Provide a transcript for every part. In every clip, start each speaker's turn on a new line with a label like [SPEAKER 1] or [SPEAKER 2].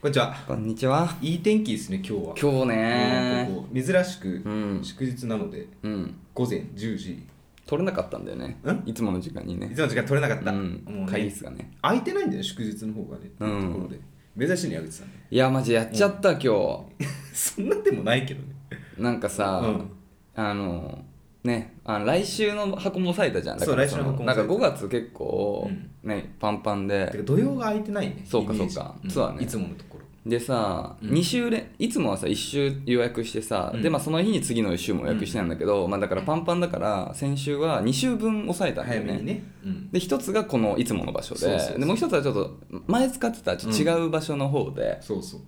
[SPEAKER 1] こんにちは。
[SPEAKER 2] こんにちは。
[SPEAKER 1] いい天気ですね、今日は。
[SPEAKER 2] 今日ね
[SPEAKER 1] うんここ珍しく、
[SPEAKER 2] うん
[SPEAKER 1] 祝日なので、
[SPEAKER 2] うん。
[SPEAKER 1] 午前10時。
[SPEAKER 2] 取れなかったんだよね
[SPEAKER 1] ん。
[SPEAKER 2] いつもの時間に
[SPEAKER 1] い
[SPEAKER 2] ね
[SPEAKER 1] つ。の時間取れなかっ
[SPEAKER 2] う
[SPEAKER 1] た。
[SPEAKER 2] ん
[SPEAKER 1] も。う
[SPEAKER 2] 会議
[SPEAKER 1] ね、
[SPEAKER 2] 室がね。
[SPEAKER 1] 空いてないんだよ、祝日の方がね。
[SPEAKER 2] うん
[SPEAKER 1] ってところで。珍しいね、矢口さんね。
[SPEAKER 2] いや、マジやっちゃった、今
[SPEAKER 1] そんなでもないけどね。
[SPEAKER 2] 日。なんか
[SPEAKER 1] う
[SPEAKER 2] さ
[SPEAKER 1] ん、
[SPEAKER 2] あの、ね、あの来週の箱も押さえたじゃん。だ
[SPEAKER 1] そう
[SPEAKER 2] から
[SPEAKER 1] 来週の箱も
[SPEAKER 2] なん
[SPEAKER 1] 押さ
[SPEAKER 2] か
[SPEAKER 1] えた
[SPEAKER 2] 5月結構、ね、パンパン
[SPEAKER 1] てか
[SPEAKER 2] で。
[SPEAKER 1] 土曜が空いてないね。
[SPEAKER 2] そうか
[SPEAKER 1] イメージ
[SPEAKER 2] そうか
[SPEAKER 1] ん
[SPEAKER 2] そうだね
[SPEAKER 1] いつものところ。
[SPEAKER 2] でさ、
[SPEAKER 1] うん
[SPEAKER 2] 2週連いつもはさ1週予約してさ、
[SPEAKER 1] うん
[SPEAKER 2] でまあその日に次の週も予約してたんだけど、まあだからパンパンだから先週は2週分抑えたんだ
[SPEAKER 1] 早
[SPEAKER 2] よ
[SPEAKER 1] め
[SPEAKER 2] ね
[SPEAKER 1] にね。うん。
[SPEAKER 2] で一つがこのいつもの場所で
[SPEAKER 1] そうそうそう
[SPEAKER 2] でもう一つはちょっと前使ってたちょっと違う場所の方で、
[SPEAKER 1] そうそう。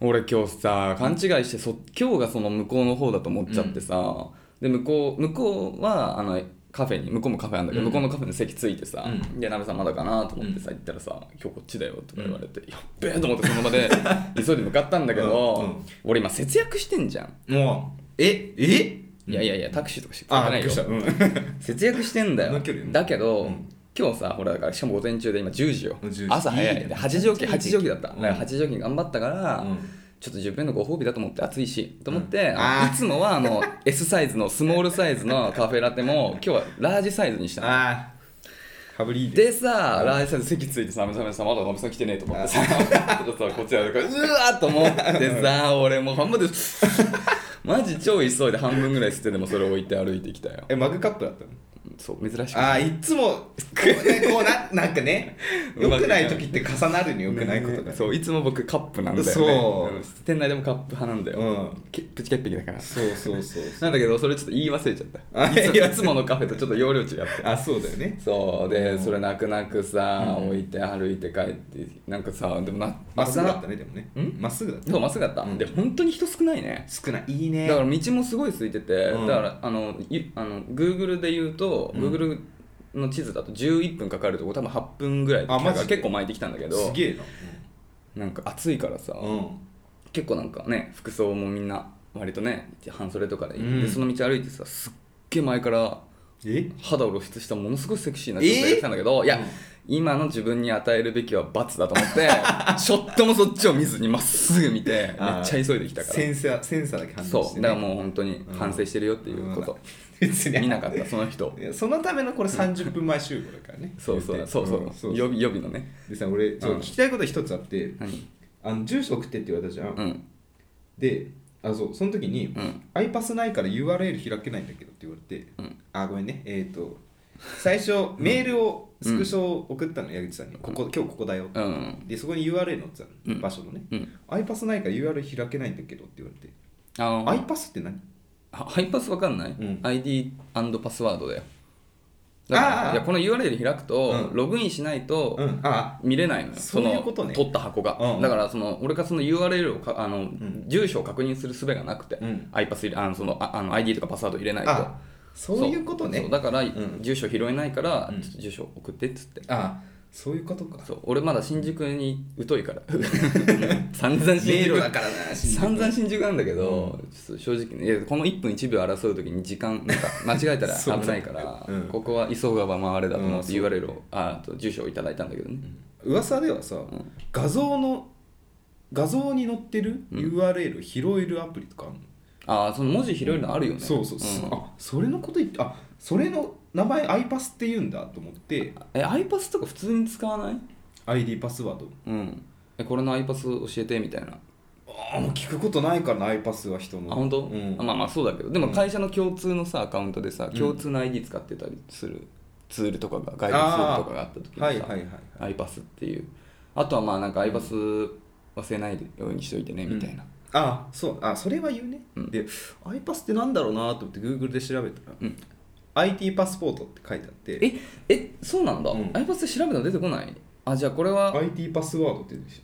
[SPEAKER 2] 俺今日さ勘違いしてそ今日がその向こうの方だと思っちゃってさ、で向こう向こうはあのカフェに向こうもカフェなんだけど、
[SPEAKER 1] うん
[SPEAKER 2] 向こうのカフェの席ついてさ「
[SPEAKER 1] うん
[SPEAKER 2] で鍋さんまだかな?」と思ってさ、行ったらさ「今日こっちだよ」とか言われて「やっべえ」と思ってその場 で急いで向かったんだけど、
[SPEAKER 1] うんうん
[SPEAKER 2] 俺今節約してんじゃん。
[SPEAKER 1] もう、ええ
[SPEAKER 2] いやいやいやタクシーとかしか
[SPEAKER 1] あ、
[SPEAKER 2] な
[SPEAKER 1] びっ
[SPEAKER 2] い
[SPEAKER 1] く
[SPEAKER 2] よ
[SPEAKER 1] りした。うん。
[SPEAKER 2] 節約してんだ
[SPEAKER 1] あ
[SPEAKER 2] よ
[SPEAKER 1] の距離ね
[SPEAKER 2] だけど、
[SPEAKER 1] うん
[SPEAKER 2] 今日さほらだからしかも午前中で今10時よ
[SPEAKER 1] 10時
[SPEAKER 2] 朝早い
[SPEAKER 1] いい
[SPEAKER 2] で
[SPEAKER 1] ね
[SPEAKER 2] 8時起き8時起きだった、
[SPEAKER 1] うん
[SPEAKER 2] だから8時起きに頑張ったから、
[SPEAKER 1] うん
[SPEAKER 2] ちょっと自分のご褒美だと思って暑いしと思って、
[SPEAKER 1] うん
[SPEAKER 2] あの
[SPEAKER 1] あ
[SPEAKER 2] いつもはあ の S サイズのスモールサイズのカフェラテも今日はラージサイズに したの
[SPEAKER 1] あー、羽振りいいね。
[SPEAKER 2] でさ、ラージサイズ席ついてさ「めさめさんまだラブさん来てねえ」と思ってさちょっとさこっちらでこううわーっと思っ てさ俺もう頑張って マジ超急いで半分ぐらい捨てでもそれ置いて歩いてきたよ
[SPEAKER 1] え、マグカップだったの
[SPEAKER 2] そう珍しく
[SPEAKER 1] ああいつもこうねこうななんかね
[SPEAKER 2] う
[SPEAKER 1] 良
[SPEAKER 2] まく
[SPEAKER 1] く
[SPEAKER 2] な
[SPEAKER 1] ないい時って重なるに良くないことが
[SPEAKER 2] そういつも僕カップなんだよね
[SPEAKER 1] そう
[SPEAKER 2] うん店内でもカップ派なんだよ、
[SPEAKER 1] うん
[SPEAKER 2] けプチ潔癖だから
[SPEAKER 1] そうそうそうそう
[SPEAKER 2] なんだけどそれちょっと言い忘れちゃった
[SPEAKER 1] あ
[SPEAKER 2] いつ
[SPEAKER 1] いや
[SPEAKER 2] いつものカフェとちょっと容量違って
[SPEAKER 1] あそうだよね
[SPEAKER 2] そうでそれ泣く泣くさ、
[SPEAKER 1] うん
[SPEAKER 2] 置いて歩いて帰ってなんかさでもな
[SPEAKER 1] まっすぐだった
[SPEAKER 2] ね
[SPEAKER 1] ねでもね
[SPEAKER 2] ん
[SPEAKER 1] まっすぐだった
[SPEAKER 2] そうまっすぐだった、
[SPEAKER 1] うん
[SPEAKER 2] で本当に人少ないね
[SPEAKER 1] 少ないいいね
[SPEAKER 2] だから道もすごい空いてて、
[SPEAKER 1] うん
[SPEAKER 2] だからあのゆあの Google で言うと、
[SPEAKER 1] うん
[SPEAKER 2] Google の地図だと11分かかるとこ多分8分ぐらいで来た
[SPEAKER 1] あ
[SPEAKER 2] か
[SPEAKER 1] マ
[SPEAKER 2] ら
[SPEAKER 1] ジで
[SPEAKER 2] 結構巻いてきたんだけど
[SPEAKER 1] すげえな
[SPEAKER 2] なんか暑いからさ、
[SPEAKER 1] うん
[SPEAKER 2] 結構なんかね服装もみんな割とね半袖とかで,、
[SPEAKER 1] うん
[SPEAKER 2] でその道歩いてさすっげえ前から
[SPEAKER 1] え
[SPEAKER 2] 肌を露出したものすごいセクシーな
[SPEAKER 1] え
[SPEAKER 2] 女性が来たんだけど、いや、
[SPEAKER 1] うん
[SPEAKER 2] 今の自分に与えるべきは罰だと思って ちょっともそっちを見ずにまっすぐ見てめっち
[SPEAKER 1] あー
[SPEAKER 2] ゃ急いできたか
[SPEAKER 1] センサーセンサーだけ
[SPEAKER 2] ら
[SPEAKER 1] 反応し
[SPEAKER 2] そ
[SPEAKER 1] て
[SPEAKER 2] う
[SPEAKER 1] ね
[SPEAKER 2] だからもう本当に
[SPEAKER 1] うん
[SPEAKER 2] 反省してるよっていうこと、
[SPEAKER 1] 別に
[SPEAKER 2] 見なかったそ の人
[SPEAKER 1] いやそのためのこれ30分前集合だからね
[SPEAKER 2] そうそ
[SPEAKER 1] 言
[SPEAKER 2] う
[SPEAKER 1] って
[SPEAKER 2] そうそ
[SPEAKER 1] ん
[SPEAKER 2] う
[SPEAKER 1] そう
[SPEAKER 2] 予備予備のね
[SPEAKER 1] でさ俺ちょっ
[SPEAKER 2] うん
[SPEAKER 1] と聞きたいこと一つあって
[SPEAKER 2] 何
[SPEAKER 1] あの住所送ってって言われたじゃん
[SPEAKER 2] うん
[SPEAKER 1] であそうその時に、
[SPEAKER 2] ん
[SPEAKER 1] iPass ないから URL 開けないんだけどって言われて、
[SPEAKER 2] うん
[SPEAKER 1] あごめんねえっ、と最初メールをスクショを送ったの、矢口さんにここ今日ここだよって、
[SPEAKER 2] うん
[SPEAKER 1] でそこに URL 載ってたの、
[SPEAKER 2] うん
[SPEAKER 1] 場所のね、
[SPEAKER 2] うん
[SPEAKER 1] iPass ないから URL 開けないんだけどって言われて、
[SPEAKER 2] あの
[SPEAKER 1] iPass って何
[SPEAKER 2] はハイパスわかんない、
[SPEAKER 1] うん
[SPEAKER 2] ?ID& パスワードだよ。だか
[SPEAKER 1] あ
[SPEAKER 2] ら
[SPEAKER 1] あ
[SPEAKER 2] いやこの URL 開くと、
[SPEAKER 1] うん
[SPEAKER 2] ログインしないと
[SPEAKER 1] うんあ
[SPEAKER 2] 見れないのよ、
[SPEAKER 1] そういうことね
[SPEAKER 2] 取った箱が、
[SPEAKER 1] うん
[SPEAKER 2] だからその俺がその URL をかあの、
[SPEAKER 1] ん
[SPEAKER 2] 住所を確認する術がなくて、
[SPEAKER 1] うん
[SPEAKER 2] iPass 入れあのそのああの ID とかパスワード入れないと
[SPEAKER 1] あそういうことね
[SPEAKER 2] そうだから、
[SPEAKER 1] ん
[SPEAKER 2] 住所拾えないから、
[SPEAKER 1] うん
[SPEAKER 2] ちょっと住所送ってっつって
[SPEAKER 1] あそういうことか
[SPEAKER 2] そう俺まだ新宿に疎いから 散々新
[SPEAKER 1] 迷路
[SPEAKER 2] 宿
[SPEAKER 1] だからな新宿
[SPEAKER 2] 散々新宿なんだけど、ちょっと正直ねいやこの1分1秒争う時に時間 なんか間違えたら
[SPEAKER 1] そう
[SPEAKER 2] 危ないから、
[SPEAKER 1] うん
[SPEAKER 2] ここは急がば回れだと思って
[SPEAKER 1] うん
[SPEAKER 2] URL を、ああと住所をいただいたんだけどね、
[SPEAKER 1] 噂ではさ、
[SPEAKER 2] ん
[SPEAKER 1] 画像の画像に載ってる URL を拾えるアプリとかあるの、
[SPEAKER 2] ああその文字拾えるのあるよね、
[SPEAKER 1] そうそう、
[SPEAKER 2] ん
[SPEAKER 1] あそれのこと言ってあそれの名前 iPass って言うんだと思って
[SPEAKER 2] え iPass とか普通に使わない
[SPEAKER 1] ID パスワード
[SPEAKER 2] うんえこれの iPass 教えてみたいな、
[SPEAKER 1] ああもう聞くことないからな iPass は人の
[SPEAKER 2] あ本当、
[SPEAKER 1] うん
[SPEAKER 2] あまあまあそうだけどでも会社の共通のさアカウントでさ共通の ID 使ってたりするツールとかが外部ツールとかがあった時にさ、
[SPEAKER 1] はいはいはい
[SPEAKER 2] iPass っていうあとはまあなんか iPass 忘れないようにしといてねみたいな、
[SPEAKER 1] あそうあそれは言うね、
[SPEAKER 2] うん
[SPEAKER 1] で iPass ってなんだろうなと思って Google で調べたら、
[SPEAKER 2] うん
[SPEAKER 1] IT パスポートって書いてあって
[SPEAKER 2] ええそうなんだ、
[SPEAKER 1] うん
[SPEAKER 2] iPass で調べたの出てこないあじゃあこれは、
[SPEAKER 1] IT パスワードって言うんでし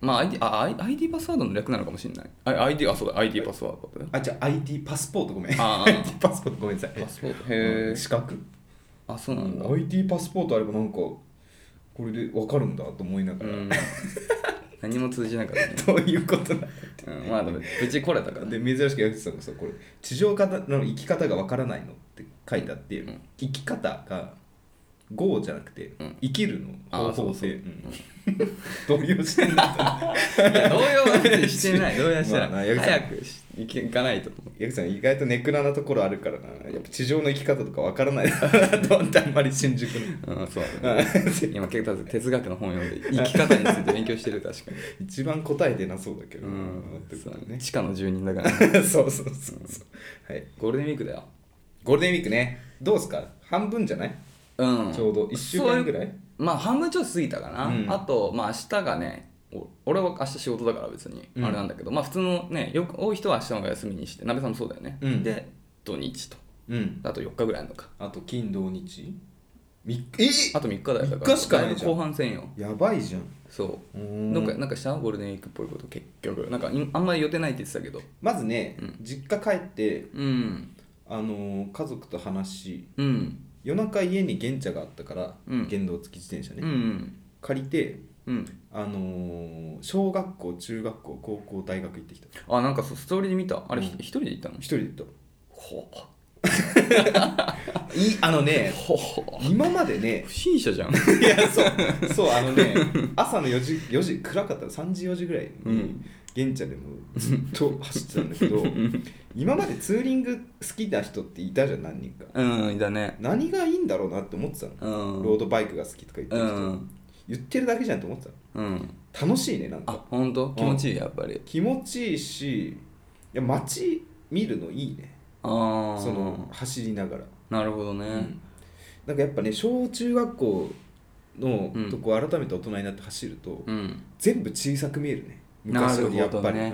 [SPEAKER 1] ょ
[SPEAKER 2] まあ ID, あ I- ID パスワードの略なのかもしれないあ ID あそうだ ID パスワードだよ
[SPEAKER 1] あじゃあ IT パスポートごめん
[SPEAKER 2] あー
[SPEAKER 1] IT パスポートごめんなさい
[SPEAKER 2] パスポートへえ
[SPEAKER 1] 資格
[SPEAKER 2] あそうなんだ
[SPEAKER 1] IT パスポートあればなんかこれで分かるんだと思いなが
[SPEAKER 2] う
[SPEAKER 1] ら、
[SPEAKER 2] ん何も通じなかったね、
[SPEAKER 1] どういうことなの
[SPEAKER 2] うん、まあでも無事来れたから
[SPEAKER 1] で珍しく矢口さんがさこれ地上方の生き方がわからないのって書いてあって、
[SPEAKER 2] うん
[SPEAKER 1] 生き方が「ゴー」じゃなくて「
[SPEAKER 2] うん
[SPEAKER 1] 生きる」の
[SPEAKER 2] あ
[SPEAKER 1] 方
[SPEAKER 2] ーそ
[SPEAKER 1] 法
[SPEAKER 2] うそう
[SPEAKER 1] 性うん動揺してんだと思う
[SPEAKER 2] や動揺は別にしてない動揺はしてない、
[SPEAKER 1] まあな矢口さん
[SPEAKER 2] 早くし行け行かないと
[SPEAKER 1] 矢口さん意外とネクラなところあるからなやっぱ地上の生き方とかわからないなと思ってあんまり新宿の
[SPEAKER 2] うんそうだね今結構哲学の本読んで生き方について勉強してる確かに
[SPEAKER 1] 一番答え出なそうだけど
[SPEAKER 2] う
[SPEAKER 1] な、
[SPEAKER 2] ん
[SPEAKER 1] ってことだ
[SPEAKER 2] そう
[SPEAKER 1] ね
[SPEAKER 2] 地下の住人だからね
[SPEAKER 1] そうそうそうそうはい
[SPEAKER 2] ゴールデンウィークだよ
[SPEAKER 1] ゴールデンウィークねどうですか半分じゃない、
[SPEAKER 2] うん
[SPEAKER 1] ちょうど1週間ぐら
[SPEAKER 2] い
[SPEAKER 1] い
[SPEAKER 2] まあ半分ちょっと過ぎたかな、
[SPEAKER 1] うん
[SPEAKER 2] あとまあ明日がねお俺は明日仕事だから別に
[SPEAKER 1] うん
[SPEAKER 2] あれなんだけど、まあ普通のねよく多い人は明日の方が休みにして鍋さんもそうだよね、
[SPEAKER 1] うん
[SPEAKER 2] で土日と
[SPEAKER 1] うん
[SPEAKER 2] あと4日ぐらいあるのか
[SPEAKER 1] あと金土日みえ
[SPEAKER 2] あと3日だよだ
[SPEAKER 1] 3日しかないじゃん
[SPEAKER 2] だぶ後半戦よ
[SPEAKER 1] やばいじゃん
[SPEAKER 2] そううんなんかなんかしたゴールデンウィークっぽいこと結局なんかいあんまり予定ないって言ってたけど
[SPEAKER 1] まずね、実家帰って
[SPEAKER 2] うん
[SPEAKER 1] あのー家族と話し
[SPEAKER 2] うん
[SPEAKER 1] 夜中家に玄茶があったから、
[SPEAKER 2] うん
[SPEAKER 1] 原動付き自転車ね、
[SPEAKER 2] うん
[SPEAKER 1] 借りて
[SPEAKER 2] うん
[SPEAKER 1] あのー小学校中学校高校大学行ってきた
[SPEAKER 2] あなんかそうストーリーで見たあれひ
[SPEAKER 1] うん
[SPEAKER 2] 一、人で行ったの
[SPEAKER 1] 一人で行っ
[SPEAKER 2] ほう
[SPEAKER 1] たいあの ね
[SPEAKER 2] ほう
[SPEAKER 1] 今までね
[SPEAKER 2] 不審者じゃ
[SPEAKER 1] い
[SPEAKER 2] ん
[SPEAKER 1] やそうそうあのね朝の4時4時暗かったら3時4時ぐらい
[SPEAKER 2] うん
[SPEAKER 1] に玄茶でもずっと走ってたんだけど今までツーリング好きな人っていたじゃん何人か
[SPEAKER 2] うんだね
[SPEAKER 1] 何がいいんだろうなって思ってたの
[SPEAKER 2] うん
[SPEAKER 1] ロードバイクが好きとか言って
[SPEAKER 2] う
[SPEAKER 1] る人、
[SPEAKER 2] ん
[SPEAKER 1] 言ってるだけじゃんと思って
[SPEAKER 2] うん
[SPEAKER 1] たの楽しいねなん
[SPEAKER 2] あ
[SPEAKER 1] か
[SPEAKER 2] 本当気持ちいいやっぱり
[SPEAKER 1] 気持ちいいしいや街見るのいいね
[SPEAKER 2] ああ
[SPEAKER 1] その走りながら、
[SPEAKER 2] なるほど
[SPEAKER 1] うん
[SPEAKER 2] ね
[SPEAKER 1] なんかやっぱね小中学校の
[SPEAKER 2] うん
[SPEAKER 1] とこ改めて大人になって走ると、
[SPEAKER 2] うん
[SPEAKER 1] 全部小さく見えるね昔よりやっぱり、
[SPEAKER 2] なるほどね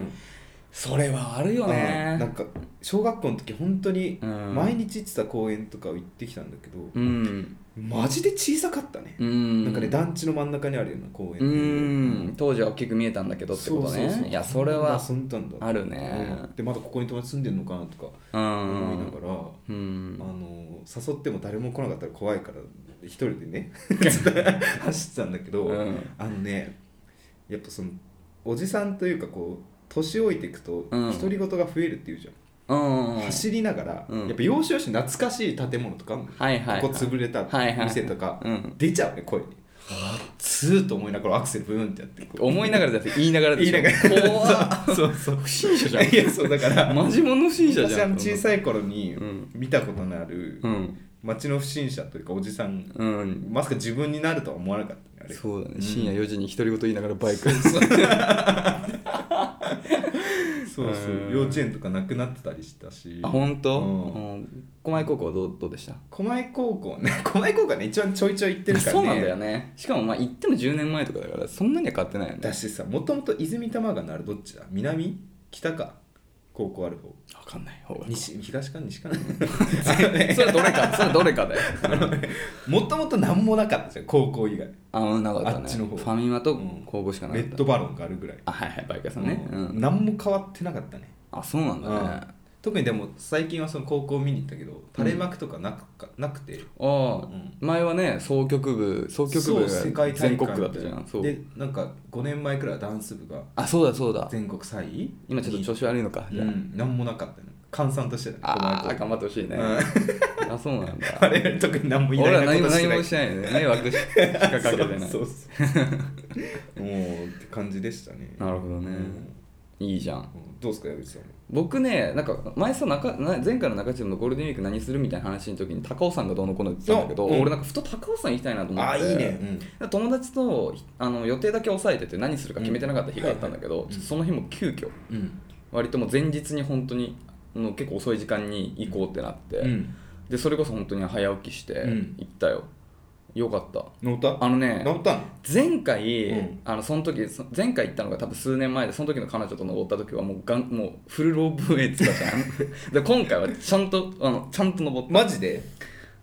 [SPEAKER 2] それはある
[SPEAKER 1] うん
[SPEAKER 2] よ
[SPEAKER 1] あの
[SPEAKER 2] ね
[SPEAKER 1] なんか小学校の時本当に
[SPEAKER 2] うん
[SPEAKER 1] 毎日行ってた公園とかを行ってきたんだけど、
[SPEAKER 2] うん
[SPEAKER 1] マジで小さかったね、
[SPEAKER 2] うん
[SPEAKER 1] なんかね団地の真ん中にあるような公園
[SPEAKER 2] うん当時は大きく見えたんだけどってこ
[SPEAKER 1] そ
[SPEAKER 2] と
[SPEAKER 1] うそうそう
[SPEAKER 2] ねいやそれは
[SPEAKER 1] 遊んだんだ
[SPEAKER 2] あるね
[SPEAKER 1] うんでまだここに友達住んでるのかなとか
[SPEAKER 2] う
[SPEAKER 1] 思いなんがら、
[SPEAKER 2] うん
[SPEAKER 1] あの誘っても誰も来なかったら怖いから一人で ね走ってたんだけど、
[SPEAKER 2] うん
[SPEAKER 1] あのねやっぱそのおじさんというかこう年老いていくと
[SPEAKER 2] うん
[SPEAKER 1] 独り言が増えるっていうじゃん、
[SPEAKER 2] うん
[SPEAKER 1] 走りながら、
[SPEAKER 2] うん
[SPEAKER 1] やっぱ要所要所懐かしい建物とかあんのよ、
[SPEAKER 2] はいはいはい
[SPEAKER 1] ここ潰れた
[SPEAKER 2] はいはい
[SPEAKER 1] 店とか、
[SPEAKER 2] うん
[SPEAKER 1] 出ちゃうね声に。つーっと思いながらアクセルブーンってやってこう
[SPEAKER 2] 思いながらだって言いながらでしょ
[SPEAKER 1] 言いな
[SPEAKER 2] 怖っ
[SPEAKER 1] そうそう
[SPEAKER 2] 不審者じゃ
[SPEAKER 1] いやそうだから
[SPEAKER 2] んマジモンの 不審者
[SPEAKER 1] 私
[SPEAKER 2] じゃ
[SPEAKER 1] あ
[SPEAKER 2] ん
[SPEAKER 1] の小さい頃に
[SPEAKER 2] うん
[SPEAKER 1] 見たことのある
[SPEAKER 2] うん
[SPEAKER 1] 街の不審者というかおじさん
[SPEAKER 2] うん
[SPEAKER 1] まさか自分になるとは思わなかったねあれ
[SPEAKER 2] そうだね、
[SPEAKER 1] ん
[SPEAKER 2] 深夜4時に独り言言いながらバイク
[SPEAKER 1] そうそう
[SPEAKER 2] うん
[SPEAKER 1] 幼稚園とかなくなってたりしたし
[SPEAKER 2] あ本当、
[SPEAKER 1] うん
[SPEAKER 2] うん、狛江高校はどうどうでした
[SPEAKER 1] 狛江高校ね 狛江高校はね一番ちょいちょい行ってるからね
[SPEAKER 2] そうなんだよねしかもまあ行っても10年前とかだからそんなには変わってないよね
[SPEAKER 1] だしさもともと泉多摩川のあるどっちだ南北か高校ある方
[SPEAKER 2] 分かんない方が
[SPEAKER 1] 西東か西か な
[SPEAKER 2] それはどれかそれはどれかだよ
[SPEAKER 1] もともと何もなかったじゃん高校以外
[SPEAKER 2] あのなかったね
[SPEAKER 1] あっちの方
[SPEAKER 2] ファミマと
[SPEAKER 1] うん
[SPEAKER 2] 高校しかな
[SPEAKER 1] レ
[SPEAKER 2] かった、
[SPEAKER 1] ッドバロンがあるぐらい
[SPEAKER 2] あはいはいバイク屋さんね、う
[SPEAKER 1] うん
[SPEAKER 2] ん、
[SPEAKER 1] 何も変わってなかったね
[SPEAKER 2] あそうなんだね、
[SPEAKER 1] うん特にでも最近はその高校見に行ったけど垂れ幕とかなくかなくて
[SPEAKER 2] ああ、
[SPEAKER 1] ん
[SPEAKER 2] 前はね総局部総局
[SPEAKER 1] そう
[SPEAKER 2] 部
[SPEAKER 1] 世界
[SPEAKER 2] が
[SPEAKER 1] 大会
[SPEAKER 2] 全国区だったじゃんそう
[SPEAKER 1] でなんか5年前くらいはダンス部が
[SPEAKER 2] あそうだそうだ
[SPEAKER 1] 全国3位
[SPEAKER 2] 今ちょっと調子悪いのか
[SPEAKER 1] う
[SPEAKER 2] じゃあ、
[SPEAKER 1] ん何もなかったね閑散としてたね
[SPEAKER 2] ああ
[SPEAKER 1] この
[SPEAKER 2] 頑張ってほしいね、あそうなんだ
[SPEAKER 1] 後 あれ特に何もい
[SPEAKER 2] 俺
[SPEAKER 1] な
[SPEAKER 2] ら
[SPEAKER 1] いな
[SPEAKER 2] 何
[SPEAKER 1] こ
[SPEAKER 2] も
[SPEAKER 1] として
[SPEAKER 2] 何
[SPEAKER 1] ない
[SPEAKER 2] もしてないよね迷惑しかかけてない
[SPEAKER 1] そうそう もうって感じでしたね
[SPEAKER 2] なるほど
[SPEAKER 1] う
[SPEAKER 2] ね、
[SPEAKER 1] ん
[SPEAKER 2] いいじゃん
[SPEAKER 1] うんどうですか矢口さん
[SPEAKER 2] 僕ねなんか前さ中な前回の中地のゴールデンウィーク何するみたいな話の時に高尾山がどうのこうのって言ってたんだけど、
[SPEAKER 1] あうん
[SPEAKER 2] 俺なんかふと高尾山行きたいなと思って
[SPEAKER 1] あいいねうん
[SPEAKER 2] 友達とあの予定だけ押さえてて何するか決めてなかった日があったんだけ
[SPEAKER 1] うん
[SPEAKER 2] ど、
[SPEAKER 1] はいはい
[SPEAKER 2] ちょっとその日も急遽
[SPEAKER 1] うん
[SPEAKER 2] 割ともう前日に本当にあの結構遅い時間に行こうってなって、
[SPEAKER 1] うん
[SPEAKER 2] でそれこそ本当に早起きして
[SPEAKER 1] うん
[SPEAKER 2] 行ったよ、よかった
[SPEAKER 1] 乗った
[SPEAKER 2] あのね
[SPEAKER 1] 乗ったの
[SPEAKER 2] 前回、
[SPEAKER 1] うん
[SPEAKER 2] あのその時そ前回行ったのが多分数年前でその時の彼女と登った時はもうがんもうフルロープウェイって言ったじゃんで今回はちゃんとあのちゃんと登っ
[SPEAKER 1] マジで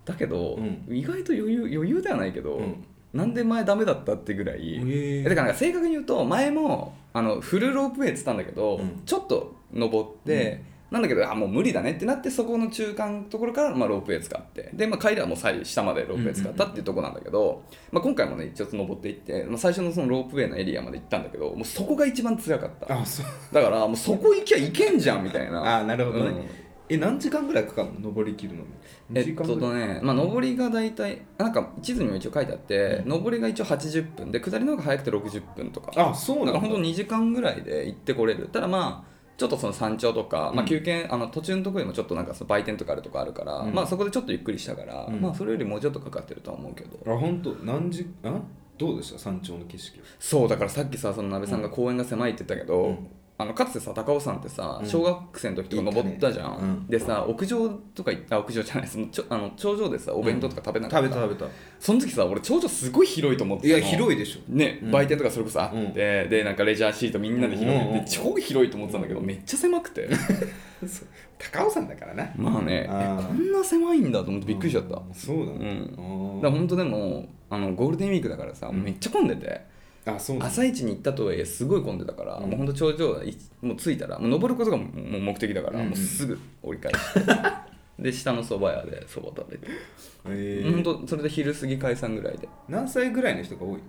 [SPEAKER 2] ただけど、
[SPEAKER 1] うん
[SPEAKER 2] 意外と余裕余裕ではないけど、
[SPEAKER 1] うん
[SPEAKER 2] なんで前ダメだったってぐらい、
[SPEAKER 1] へえ
[SPEAKER 2] だからなんか正確に言うと前もあのフルロープウェイって言ったんだけど、
[SPEAKER 1] うん
[SPEAKER 2] ちょっと登って、なんだけどあもう無理だねってなってそこの中間のところから、まあ、ロープウェイ使ってで、まあ、帰りはもう最下までロープウェイ使ったっていうところなんだけど、まあ、今回もね一応登っていって、まあ、最初のそのロープウェイのエリアまで行ったんだけどもうそこが一番辛かった
[SPEAKER 1] あそう
[SPEAKER 2] だからもうそこ行きゃいけんじゃんみたいな
[SPEAKER 1] あなるほどねえ何時間ぐらいかかるの登り切るのに
[SPEAKER 2] え
[SPEAKER 1] 二時
[SPEAKER 2] っ
[SPEAKER 1] 間
[SPEAKER 2] と
[SPEAKER 1] ぐらい
[SPEAKER 2] ね、まあ、上りが大体なんか地図にも一応書いてあって、
[SPEAKER 1] う
[SPEAKER 2] 上りが一応80分で下りの方が早くて60分とか
[SPEAKER 1] あそう
[SPEAKER 2] だ
[SPEAKER 1] な
[SPEAKER 2] か
[SPEAKER 1] んだ
[SPEAKER 2] ら本当2時間ぐらいで行ってこれるただまあちょっとその山頂とか、
[SPEAKER 1] う
[SPEAKER 2] まあ、
[SPEAKER 1] ん
[SPEAKER 2] 休憩、あの途中のところにもちょっとなんかその売店とかあるとかあるから、
[SPEAKER 1] うん
[SPEAKER 2] まあそこでちょっとゆっくりしたから、
[SPEAKER 1] うん
[SPEAKER 2] まあそれよりもうちょっとかかってるとは思うけど、
[SPEAKER 1] あ本当何時あどうでした山頂の景色
[SPEAKER 2] そうだからさっきさその鍋さんが公園が狭いって言ったけど、
[SPEAKER 1] うん
[SPEAKER 2] あのかつてさ高尾山ってさ
[SPEAKER 1] うん
[SPEAKER 2] 小学生の時とか登ったじゃん、
[SPEAKER 1] 行ったねうん
[SPEAKER 2] でさ屋上とか行った屋上じゃないそのちょあの頂上でさお弁当とか食べなか
[SPEAKER 1] 食
[SPEAKER 2] った、
[SPEAKER 1] べた食べた
[SPEAKER 2] その時さ俺頂上すごい広いと思って
[SPEAKER 1] いや
[SPEAKER 2] たの
[SPEAKER 1] 広いでしょ
[SPEAKER 2] ね、
[SPEAKER 1] うん
[SPEAKER 2] 売店とかそれこそあって、
[SPEAKER 1] うん
[SPEAKER 2] でなんかレジャーシートみんなで広げて、
[SPEAKER 1] うんうんうん
[SPEAKER 2] 超広いと思ってたんだけどめっちゃ 狭くて
[SPEAKER 1] 高尾山だからな
[SPEAKER 2] まあね
[SPEAKER 1] あー
[SPEAKER 2] えこんな狭いんだと思 ってびっくりしちゃった、だか
[SPEAKER 1] そうだね
[SPEAKER 2] ら本当でもあのゴールデンウィークだからさめっちゃ混んでて、
[SPEAKER 1] あーあそうなんだ
[SPEAKER 2] 朝一に行ったとはいえすごい混んでたから、
[SPEAKER 1] うん
[SPEAKER 2] もうほんと頂上はいもう着いたらもう登ることがもうもう目的だから、
[SPEAKER 1] うんうん
[SPEAKER 2] もうすぐ折り 返してで下の蕎麦屋で蕎麦食べて、
[SPEAKER 1] え
[SPEAKER 2] ほん
[SPEAKER 1] ー
[SPEAKER 2] とそれで昼過ぎ解散ぐらいで
[SPEAKER 1] 何歳ぐらいの人が多いの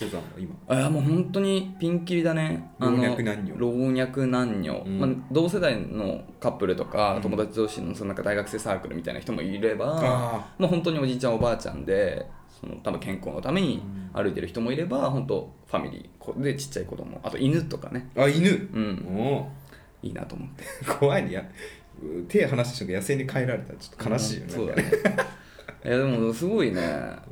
[SPEAKER 1] 登山は今
[SPEAKER 2] あーもう本当にピンキリだねあの
[SPEAKER 1] 老若男女
[SPEAKER 2] 老若男女、
[SPEAKER 1] うん
[SPEAKER 2] まあ、同世代のカップルとか、
[SPEAKER 1] うん
[SPEAKER 2] 友達同士のそのなんか大学生サークルみたいな人もいれば
[SPEAKER 1] あ
[SPEAKER 2] まあ、本当におじいちゃんおばあちゃんでその多分健康のために歩いてる人もいれば本当ファミリーこでちっちゃい子供あと犬とかね
[SPEAKER 1] あ犬
[SPEAKER 2] うん
[SPEAKER 1] お
[SPEAKER 2] いいなと思って
[SPEAKER 1] ー 怖いねやう手離した瞬間野生に帰られたらちょっと悲しいよね
[SPEAKER 2] そうだ ねいやでもすごいね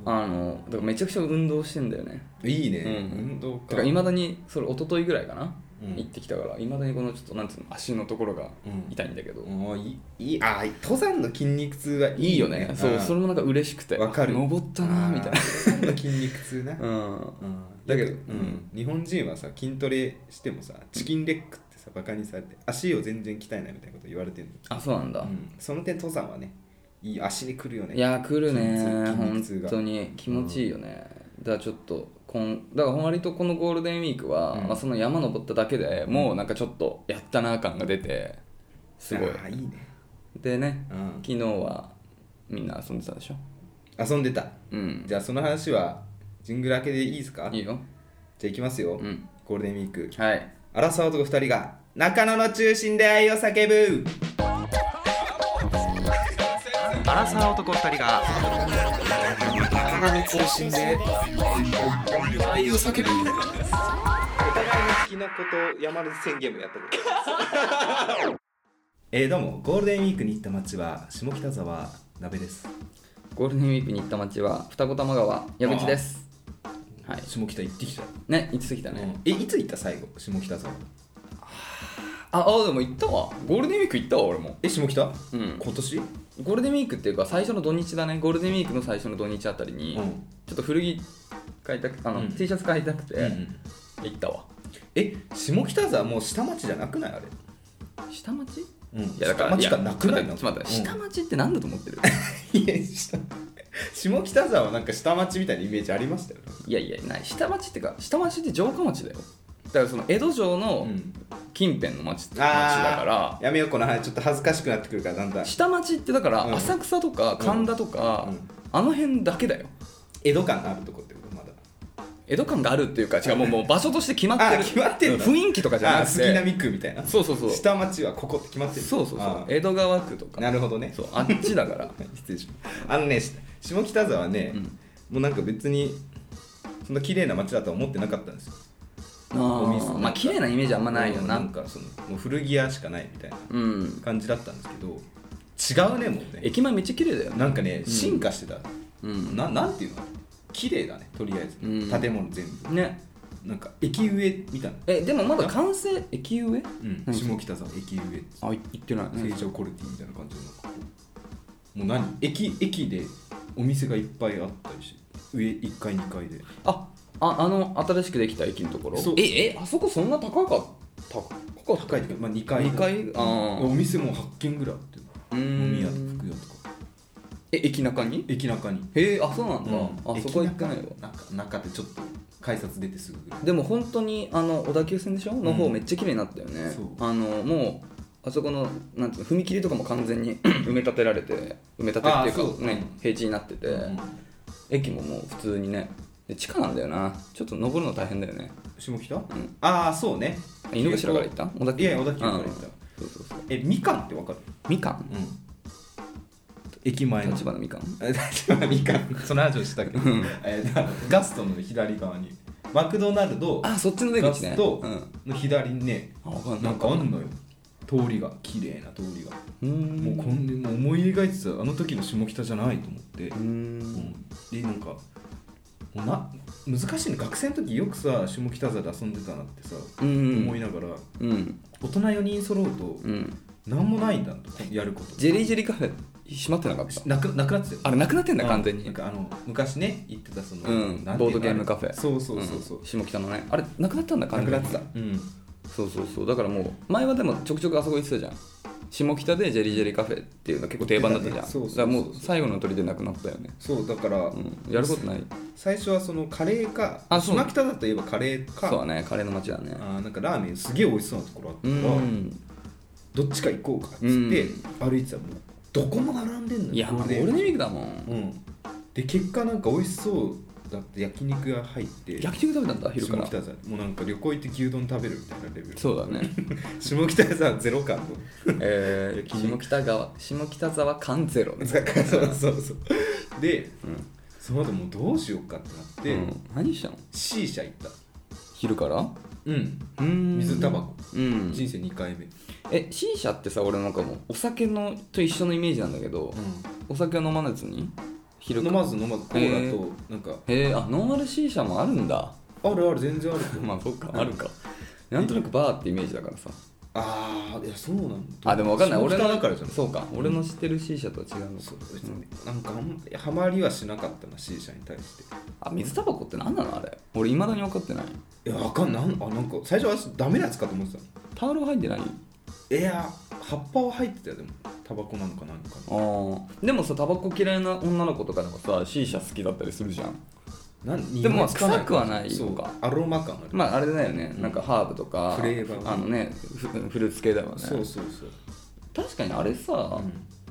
[SPEAKER 2] あのだからめちゃくちゃ運動してんだよね
[SPEAKER 1] いいね、
[SPEAKER 2] うん
[SPEAKER 1] 運動
[SPEAKER 2] だ
[SPEAKER 1] か
[SPEAKER 2] からいまだにそれ一昨日ぐらいかな、
[SPEAKER 1] うん
[SPEAKER 2] 行ってきたからいまだにこのちょっとなんつうの足のところが
[SPEAKER 1] うん
[SPEAKER 2] 痛いんだけど、
[SPEAKER 1] もういいいいあー登山の筋肉痛はいい,、
[SPEAKER 2] いいよねそうそれ
[SPEAKER 1] の
[SPEAKER 2] もなんか嬉しくて
[SPEAKER 1] わかる
[SPEAKER 2] あ登ったなみたいな
[SPEAKER 1] 登山の筋肉痛な、
[SPEAKER 2] うん
[SPEAKER 1] うん
[SPEAKER 2] だ
[SPEAKER 1] だ
[SPEAKER 2] け
[SPEAKER 1] け
[SPEAKER 2] ど
[SPEAKER 1] ど、
[SPEAKER 2] うん
[SPEAKER 1] 日本人はさ筋トレしてもさチキンレッグってさバカにされて足を全然鍛えないみたいなこと言われてるの、
[SPEAKER 2] あそうなんだ、
[SPEAKER 1] うんその点登山はねいい足にくるよね
[SPEAKER 2] いや来るね
[SPEAKER 1] 筋
[SPEAKER 2] 本
[SPEAKER 1] 肉痛が
[SPEAKER 2] 当に気持ちいいよね、だからちょっとこんだから割とこのゴールデンウィークは、
[SPEAKER 1] うん
[SPEAKER 2] まあ、その山登っただけでもうなんかちょっとやったな感が出てすごい
[SPEAKER 1] あーいいね、
[SPEAKER 2] でね
[SPEAKER 1] うん、
[SPEAKER 2] 昨日はみんな遊んでたでしょ
[SPEAKER 1] 遊んでた
[SPEAKER 2] うん
[SPEAKER 1] じゃあその話はジングル明けでいいですか
[SPEAKER 2] いいよ
[SPEAKER 1] じゃあいきますよ、
[SPEAKER 2] うん
[SPEAKER 1] ゴールデンウィーク
[SPEAKER 2] はい
[SPEAKER 1] アラサー男2人が中野の中心で愛を叫ぶアラサー男2人が中野の中心で愛を叫ぶお互いの好きなことを山根宣言もやったこと ありますえー、どうもゴールデンウィークに行った街は下北沢鍋です
[SPEAKER 2] ゴールデンウィークに行った町は二子玉川矢口ですはい
[SPEAKER 1] 下北行ってきた、
[SPEAKER 2] ね行き過ぎたね、
[SPEAKER 1] えいつ行った最後下北沢
[SPEAKER 2] ああでも行ったわゴールデンウィーク行ったわ俺も
[SPEAKER 1] え下北、
[SPEAKER 2] うん
[SPEAKER 1] 今年
[SPEAKER 2] ゴールデンウィークっていうか最初の土日だねゴールデンウィークの最初の土日あたりに、
[SPEAKER 1] うん
[SPEAKER 2] ちょっと古着買いたくあの、
[SPEAKER 1] うん
[SPEAKER 2] T シャツ買いたくて
[SPEAKER 1] うんうん
[SPEAKER 2] 行ったわ、
[SPEAKER 1] え下北沢もう下町じゃなくないあれ、
[SPEAKER 2] 下町い
[SPEAKER 1] うん、い
[SPEAKER 2] やだから
[SPEAKER 1] 下町
[SPEAKER 2] い
[SPEAKER 1] 感
[SPEAKER 2] や
[SPEAKER 1] なくない
[SPEAKER 2] ちょっと待ってちょっと待って下町って何だと思ってる
[SPEAKER 1] うんいや下下北沢はなんか下町みたいなイメージありましたよね
[SPEAKER 2] いやいやない下町ってか下町って城下町だよだからその江戸城の近辺の町,、町だか
[SPEAKER 1] やめようこの話ちょっと恥ずかしくなってくるからだんだん
[SPEAKER 2] ら下町ってだから
[SPEAKER 1] うん
[SPEAKER 2] 浅草とか神田とか、
[SPEAKER 1] うん
[SPEAKER 2] あの辺だけだよ
[SPEAKER 1] 江戸感があるとこってことまだ
[SPEAKER 2] 江戸感があるっていうか違うもうもう場所として決まってる
[SPEAKER 1] あ決まってんだ
[SPEAKER 2] 雰囲気とかじゃ
[SPEAKER 1] あ
[SPEAKER 2] なく
[SPEAKER 1] 杉
[SPEAKER 2] て
[SPEAKER 1] 並区みたいな
[SPEAKER 2] そうそうそう
[SPEAKER 1] 下町はここって決まってる
[SPEAKER 2] そうそうそう
[SPEAKER 1] あー
[SPEAKER 2] 江戸川区とか
[SPEAKER 1] なるほどね
[SPEAKER 2] そうあっちだから
[SPEAKER 1] 失礼しましたあのねし下北沢はね、
[SPEAKER 2] うん
[SPEAKER 1] もうなんか別にそんな綺麗な街だとは思ってなかったんですよ
[SPEAKER 2] あー
[SPEAKER 1] お
[SPEAKER 2] まあ綺麗なイメージあんまないよ
[SPEAKER 1] な
[SPEAKER 2] な
[SPEAKER 1] んかそのもう古着屋しかないみたいな
[SPEAKER 2] うん
[SPEAKER 1] 感じだったんですけど違うねもうね
[SPEAKER 2] 駅前めっちゃ綺麗だよね
[SPEAKER 1] なんかね
[SPEAKER 2] うん
[SPEAKER 1] 進化してた、
[SPEAKER 2] うん
[SPEAKER 1] ななんていうの綺麗だねとりあえず、
[SPEAKER 2] うん
[SPEAKER 1] 建物全部
[SPEAKER 2] ね
[SPEAKER 1] なんか駅上みたいな、
[SPEAKER 2] えでもまだ完成駅上
[SPEAKER 1] うん
[SPEAKER 2] 何
[SPEAKER 1] 下北沢駅上って
[SPEAKER 2] あ行ってない
[SPEAKER 1] 成城コルティみたいな感じのなんかこうもう何駅駅でお店がいっぱいあったりして上1階2階で
[SPEAKER 2] あああの新しくできた駅のところ
[SPEAKER 1] そう
[SPEAKER 2] ええあそこそんな高かった高かっ
[SPEAKER 1] 高いとか、まあ、2階
[SPEAKER 2] 二階あー
[SPEAKER 1] お店も8軒ぐらいあって
[SPEAKER 2] たうーん
[SPEAKER 1] 飲み屋とか服屋とか
[SPEAKER 2] え駅中に
[SPEAKER 1] 駅中に
[SPEAKER 2] へえあそうなんだ、あそこは行
[SPEAKER 1] 行
[SPEAKER 2] ってないわ
[SPEAKER 1] 中中でちょっと改札出てすぐぐらい
[SPEAKER 2] でも本当にあの小田急線でしょの方
[SPEAKER 1] うん
[SPEAKER 2] めっちゃ綺麗になったよね、
[SPEAKER 1] そう
[SPEAKER 2] あのもうあそこのなんていうの踏切とかも完全に 埋め立てられて埋め立てってい
[SPEAKER 1] あ
[SPEAKER 2] う
[SPEAKER 1] ーそ
[SPEAKER 2] か
[SPEAKER 1] う
[SPEAKER 2] ね平地になってて、
[SPEAKER 1] うん
[SPEAKER 2] 駅ももう普通にねで地下なんだよなちょっと登るの大変だよね
[SPEAKER 1] 下北、
[SPEAKER 2] ん
[SPEAKER 1] ああそうね
[SPEAKER 2] あ井の頭から行った小田
[SPEAKER 1] いやいや小田急から行
[SPEAKER 2] うん
[SPEAKER 1] った
[SPEAKER 2] そうそうそう
[SPEAKER 1] えみかんってわかる
[SPEAKER 2] みかん
[SPEAKER 1] うん駅前の
[SPEAKER 2] 立花みかん
[SPEAKER 1] 立花みかんその話をしたけどえーとあのガストの左側にマクドナルド
[SPEAKER 2] あそっちの出
[SPEAKER 1] ガ
[SPEAKER 2] 口
[SPEAKER 1] ス
[SPEAKER 2] ね
[SPEAKER 1] ト
[SPEAKER 2] うん
[SPEAKER 1] の左にね
[SPEAKER 2] あわかんな
[SPEAKER 1] ないんかあんのよ通りが綺麗な通りが
[SPEAKER 2] うーん
[SPEAKER 1] もうこんでもう思い描いてたあの時の下北じゃないと思って
[SPEAKER 2] うーん
[SPEAKER 1] でなんかもうな難しいね学生の時よくさ下北沢で遊んでたなってさ、
[SPEAKER 2] うん
[SPEAKER 1] 思いながら
[SPEAKER 2] うん
[SPEAKER 1] 大人4人揃うと
[SPEAKER 2] うん
[SPEAKER 1] 何もないんだとやること
[SPEAKER 2] ジェリージェリーカフェ閉まってなかった
[SPEAKER 1] なくなくなってたよ
[SPEAKER 2] あれなくなってんだ完全
[SPEAKER 1] うんな
[SPEAKER 2] に
[SPEAKER 1] んかあの昔ね行ってたその、
[SPEAKER 2] うん
[SPEAKER 1] なんていうの
[SPEAKER 2] ボードゲームカフェ
[SPEAKER 1] あれそうそうそうそう、
[SPEAKER 2] ん下北のねあれなくなったんだ完全に
[SPEAKER 1] うん
[SPEAKER 2] そうそうそうだからもう前はでもちょくちょくあそこ行ってたじゃん下北でジェリージェリーカフェっていうの結構定番だったじゃん、
[SPEAKER 1] 行ってたねそうそうそう
[SPEAKER 2] だからもう最後の鳥でなくなったよね、
[SPEAKER 1] そうだから、
[SPEAKER 2] うん、やることない
[SPEAKER 1] 最初はそのカレーか
[SPEAKER 2] あそう
[SPEAKER 1] 下北だといえばカレーか
[SPEAKER 2] そうだねカレーの街だね
[SPEAKER 1] あーなんかラーメンすげえ美味しそうなところあった
[SPEAKER 2] う
[SPEAKER 1] から、
[SPEAKER 2] ん
[SPEAKER 1] どっちか行こうかっつって、歩いてたらもうどこも並んでんのよ
[SPEAKER 2] いや
[SPEAKER 1] ゴ
[SPEAKER 2] ゴ
[SPEAKER 1] ール
[SPEAKER 2] ール
[SPEAKER 1] デンウィーク
[SPEAKER 2] デンウィークだもん
[SPEAKER 1] うん、で結果なんか美味しそうだって焼肉が入って
[SPEAKER 2] 焼き肉食べたんだ昼か
[SPEAKER 1] 下
[SPEAKER 2] ら
[SPEAKER 1] 北沢もうなんか旅行行って牛丼食べるみたいなレベル
[SPEAKER 2] そうだ ね
[SPEAKER 1] 下北沢ゼロ感の
[SPEAKER 2] え
[SPEAKER 1] 焼き
[SPEAKER 2] ー、下
[SPEAKER 1] 肉
[SPEAKER 2] 北川下北沢缶ゼロ ね
[SPEAKER 1] そうそうそうで
[SPEAKER 2] うん
[SPEAKER 1] その後もうどうしようかってなって、
[SPEAKER 2] うん、何したの
[SPEAKER 1] C 社行った
[SPEAKER 2] 昼から
[SPEAKER 1] うん
[SPEAKER 2] うん
[SPEAKER 1] 水タバコ
[SPEAKER 2] うん
[SPEAKER 1] 人生2回目、
[SPEAKER 2] え C 社ってさ俺なんかもうお酒のと一緒のイメージなんだけど、お酒は飲まないやつに昼
[SPEAKER 1] 飲まず飲まずコーラとなんか
[SPEAKER 2] へえあノンアル C 社もあるんだ
[SPEAKER 1] あるある全然ある
[SPEAKER 2] まあそっかあるかなんとなくバーってイメージだからさ
[SPEAKER 1] ああいやそうなんだ
[SPEAKER 2] あでも分かんない俺
[SPEAKER 1] 下
[SPEAKER 2] の
[SPEAKER 1] 北だからじゃん
[SPEAKER 2] そうか俺の知ってる C 社とは違うのか
[SPEAKER 1] そう別になんかあんまりハマりはしなかったな C 社に対して
[SPEAKER 2] あ水タバコって何なのあれ俺いまだに分かってない
[SPEAKER 1] いやわかんないなんあなんか最初はダメなやつかと思ってた
[SPEAKER 2] タオル入ってないあ
[SPEAKER 1] のいや葉っぱは入ってたよでもタバコなのかなんか
[SPEAKER 2] ーでもさタバコ嫌いな女の子とかでもさ C 社好きだったりするじゃん
[SPEAKER 1] ななん
[SPEAKER 2] でもまあ
[SPEAKER 1] 匂いつか
[SPEAKER 2] 臭くはない
[SPEAKER 1] そう
[SPEAKER 2] のか
[SPEAKER 1] アロマ感ある、
[SPEAKER 2] まああれだよねなんかハーブとか
[SPEAKER 1] フレーバー
[SPEAKER 2] あのねフフルーツ系だよね
[SPEAKER 1] そうそうそう
[SPEAKER 2] 確かにあれさ、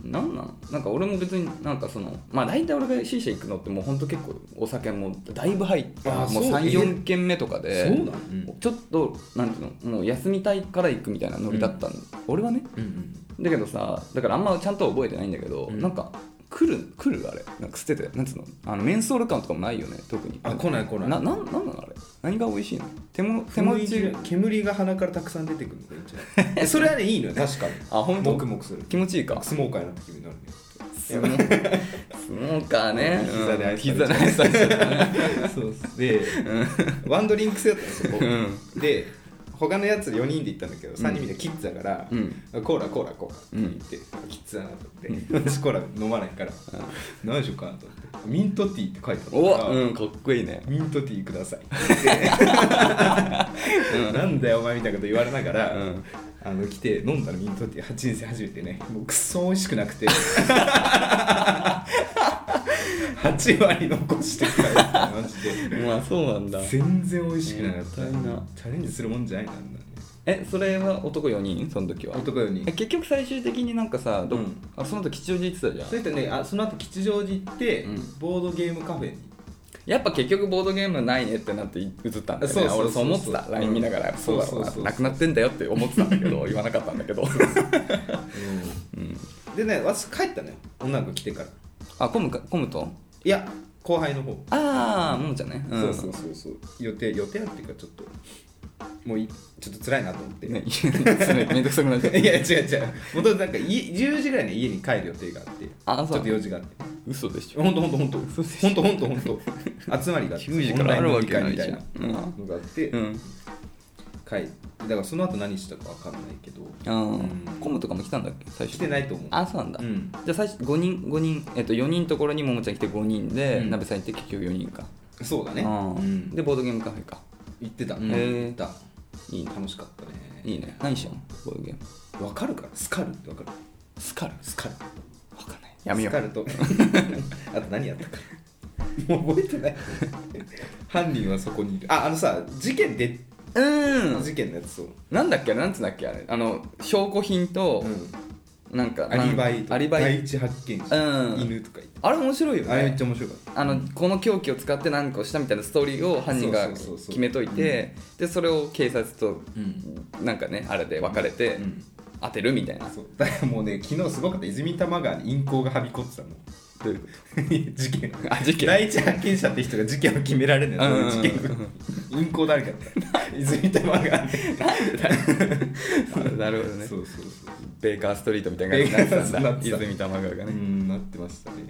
[SPEAKER 2] なんなんなんか俺も別になんかそのまあ大体俺が C 社行くのってもうほんと結構お酒もだいぶ入った
[SPEAKER 1] あー
[SPEAKER 2] もう
[SPEAKER 1] そうえ
[SPEAKER 2] 34軒目とかで
[SPEAKER 1] そうなの
[SPEAKER 2] ちょっとなんていうのもう休みたいから行くみたいなノリだったん俺はね
[SPEAKER 1] うんうん
[SPEAKER 2] だけどさだからあんまちゃんとは覚えてないんだけど、
[SPEAKER 1] うん
[SPEAKER 2] なんか来る来るあれなんか捨ててなんつうのあのメンソール感とかもないよね特に
[SPEAKER 1] あ来ない来ない
[SPEAKER 2] ななんなんなのあれ何が美味しいの手も手
[SPEAKER 1] 煙
[SPEAKER 2] 持ち
[SPEAKER 1] が煙が鼻からたくさん出てくるんだようちは それはねいいのよ確かに
[SPEAKER 2] あ本当
[SPEAKER 1] もくもくする
[SPEAKER 2] 気持ちいいか
[SPEAKER 1] スモーカーになった気分になるね
[SPEAKER 2] スモー スモーカー ね
[SPEAKER 1] 膝で愛されちゃう
[SPEAKER 2] 膝で愛されちゃう
[SPEAKER 1] そうで、ワンドリンク制だったのそこ、で他のやつ4人で行ったんだけど3人みんなキッズだから、
[SPEAKER 2] うん
[SPEAKER 1] コーラコーラコーラって言って、キッズだなと思って、私コーラ飲まないから、何しようかなと思ってミントティーって書いてあ
[SPEAKER 2] お
[SPEAKER 1] ったから、
[SPEAKER 2] うんかっこいいね
[SPEAKER 1] ミントティーくださいって言ってなんだよお前みたいなこと言われながら、
[SPEAKER 2] うん
[SPEAKER 1] あの来て飲んだらミントティー人生初めてねもうくっそ美味しくなくて8割残して帰ったマジで
[SPEAKER 2] まあそうなんだ
[SPEAKER 1] 全然美味しくなかった、
[SPEAKER 2] もったいな
[SPEAKER 1] チャレンジするもんじゃないなんだね
[SPEAKER 2] えそれは男4人その時は
[SPEAKER 1] 男よに
[SPEAKER 2] え結局最終的になんかさど、
[SPEAKER 1] うん
[SPEAKER 2] あその後吉祥寺行ってたじゃん
[SPEAKER 1] それとねあその後吉祥寺行って、
[SPEAKER 2] うん
[SPEAKER 1] ボードゲームカフェに
[SPEAKER 2] やっぱ結局ボードゲームないねってなって移ったんだよ
[SPEAKER 1] そうそうそ
[SPEAKER 2] ね
[SPEAKER 1] う
[SPEAKER 2] 俺そう思ってた
[SPEAKER 1] うん
[SPEAKER 2] LINE 見ながらやっぱそうだろう
[SPEAKER 1] そうそうそう
[SPEAKER 2] ななくなってんだよって思ってたんだけ ど言わなかったんだけどうん
[SPEAKER 1] でね私帰ったのよ女の子来てから
[SPEAKER 2] あコムかコムと
[SPEAKER 1] いや後輩の方、
[SPEAKER 2] ああももちゃんねん
[SPEAKER 1] そうそうそうそう予定予定あるっていうかちょっともういちょっと辛いなと思って、
[SPEAKER 2] ねそれめんどくさくなっちゃっ
[SPEAKER 1] い
[SPEAKER 2] た
[SPEAKER 1] や違う違う元々なんかい10時ぐらいに家に帰る予定があって
[SPEAKER 2] あ
[SPEAKER 1] ち
[SPEAKER 2] そ
[SPEAKER 1] ょ
[SPEAKER 2] う
[SPEAKER 1] っと用事があって
[SPEAKER 2] 嘘でしょ
[SPEAKER 1] ほんとほんとほんと
[SPEAKER 2] 嘘でし
[SPEAKER 1] ほんとほんとほんと集まりがあって
[SPEAKER 2] 10時からあるわけないじゃん
[SPEAKER 1] オンライン飲み会みたいなのがあって、
[SPEAKER 2] うん
[SPEAKER 1] 帰ってだからその後何したか分かんないけど
[SPEAKER 2] あ
[SPEAKER 1] うん
[SPEAKER 2] ーコムとかも来たんだっけ最初
[SPEAKER 1] 来てないと思う
[SPEAKER 2] あそうなんだ、
[SPEAKER 1] うん
[SPEAKER 2] じゃあ最初5人5人、えっと、4人のところにももちゃん来て5人で、
[SPEAKER 1] うん
[SPEAKER 2] 鍋さん行って結局4人か、
[SPEAKER 1] そうだね、
[SPEAKER 2] あー
[SPEAKER 1] うん
[SPEAKER 2] でボードゲームカフェか
[SPEAKER 1] 行ってた、
[SPEAKER 2] ん
[SPEAKER 1] 行った
[SPEAKER 2] いいね
[SPEAKER 1] 楽しかったね
[SPEAKER 2] いいね何しようボードゲーム
[SPEAKER 1] わかるかスカルってわかる
[SPEAKER 2] スカル
[SPEAKER 1] スカル
[SPEAKER 2] わかんないやめ
[SPEAKER 1] ス
[SPEAKER 2] よ
[SPEAKER 1] カ
[SPEAKER 2] う
[SPEAKER 1] ルとあと何やったかもう覚えてない犯人はそこにいるああのさ事件で、
[SPEAKER 2] うーん
[SPEAKER 1] 事件のやつそう
[SPEAKER 2] なんだっけなんつうんだっけあれあの証拠品と、なんか
[SPEAKER 1] アリバイと
[SPEAKER 2] なんアリバ
[SPEAKER 1] 第
[SPEAKER 2] イ
[SPEAKER 1] 一発見者、
[SPEAKER 2] うん
[SPEAKER 1] 犬とかいて
[SPEAKER 2] あれ面白いよね
[SPEAKER 1] あれめっちゃ面白かった
[SPEAKER 2] あのこの凶器を使って何かをしたみたいなストーリーを犯人が
[SPEAKER 1] そうそうそうそう
[SPEAKER 2] 決めといてでそれを警察と
[SPEAKER 1] うん
[SPEAKER 2] なんかねあれで分かれて
[SPEAKER 1] うん
[SPEAKER 2] 当てるみたいな
[SPEAKER 1] そうだからもうね昨日すごかった泉多摩川に陰謀がはびこってたの
[SPEAKER 2] どういうこ
[SPEAKER 1] 事件
[SPEAKER 2] とあ事件
[SPEAKER 1] 第一発見者って人が事件を決められない、
[SPEAKER 2] うんうんうん
[SPEAKER 1] その事件が陰謀だらけだった泉多摩川に
[SPEAKER 2] なるほどね
[SPEAKER 1] そうそうそう
[SPEAKER 2] ベーカーストリートみたいな感じになってたん
[SPEAKER 1] ベー
[SPEAKER 2] だ
[SPEAKER 1] カーストリート
[SPEAKER 2] 泉多摩川が
[SPEAKER 1] う
[SPEAKER 2] ね、
[SPEAKER 1] んなってましたねっ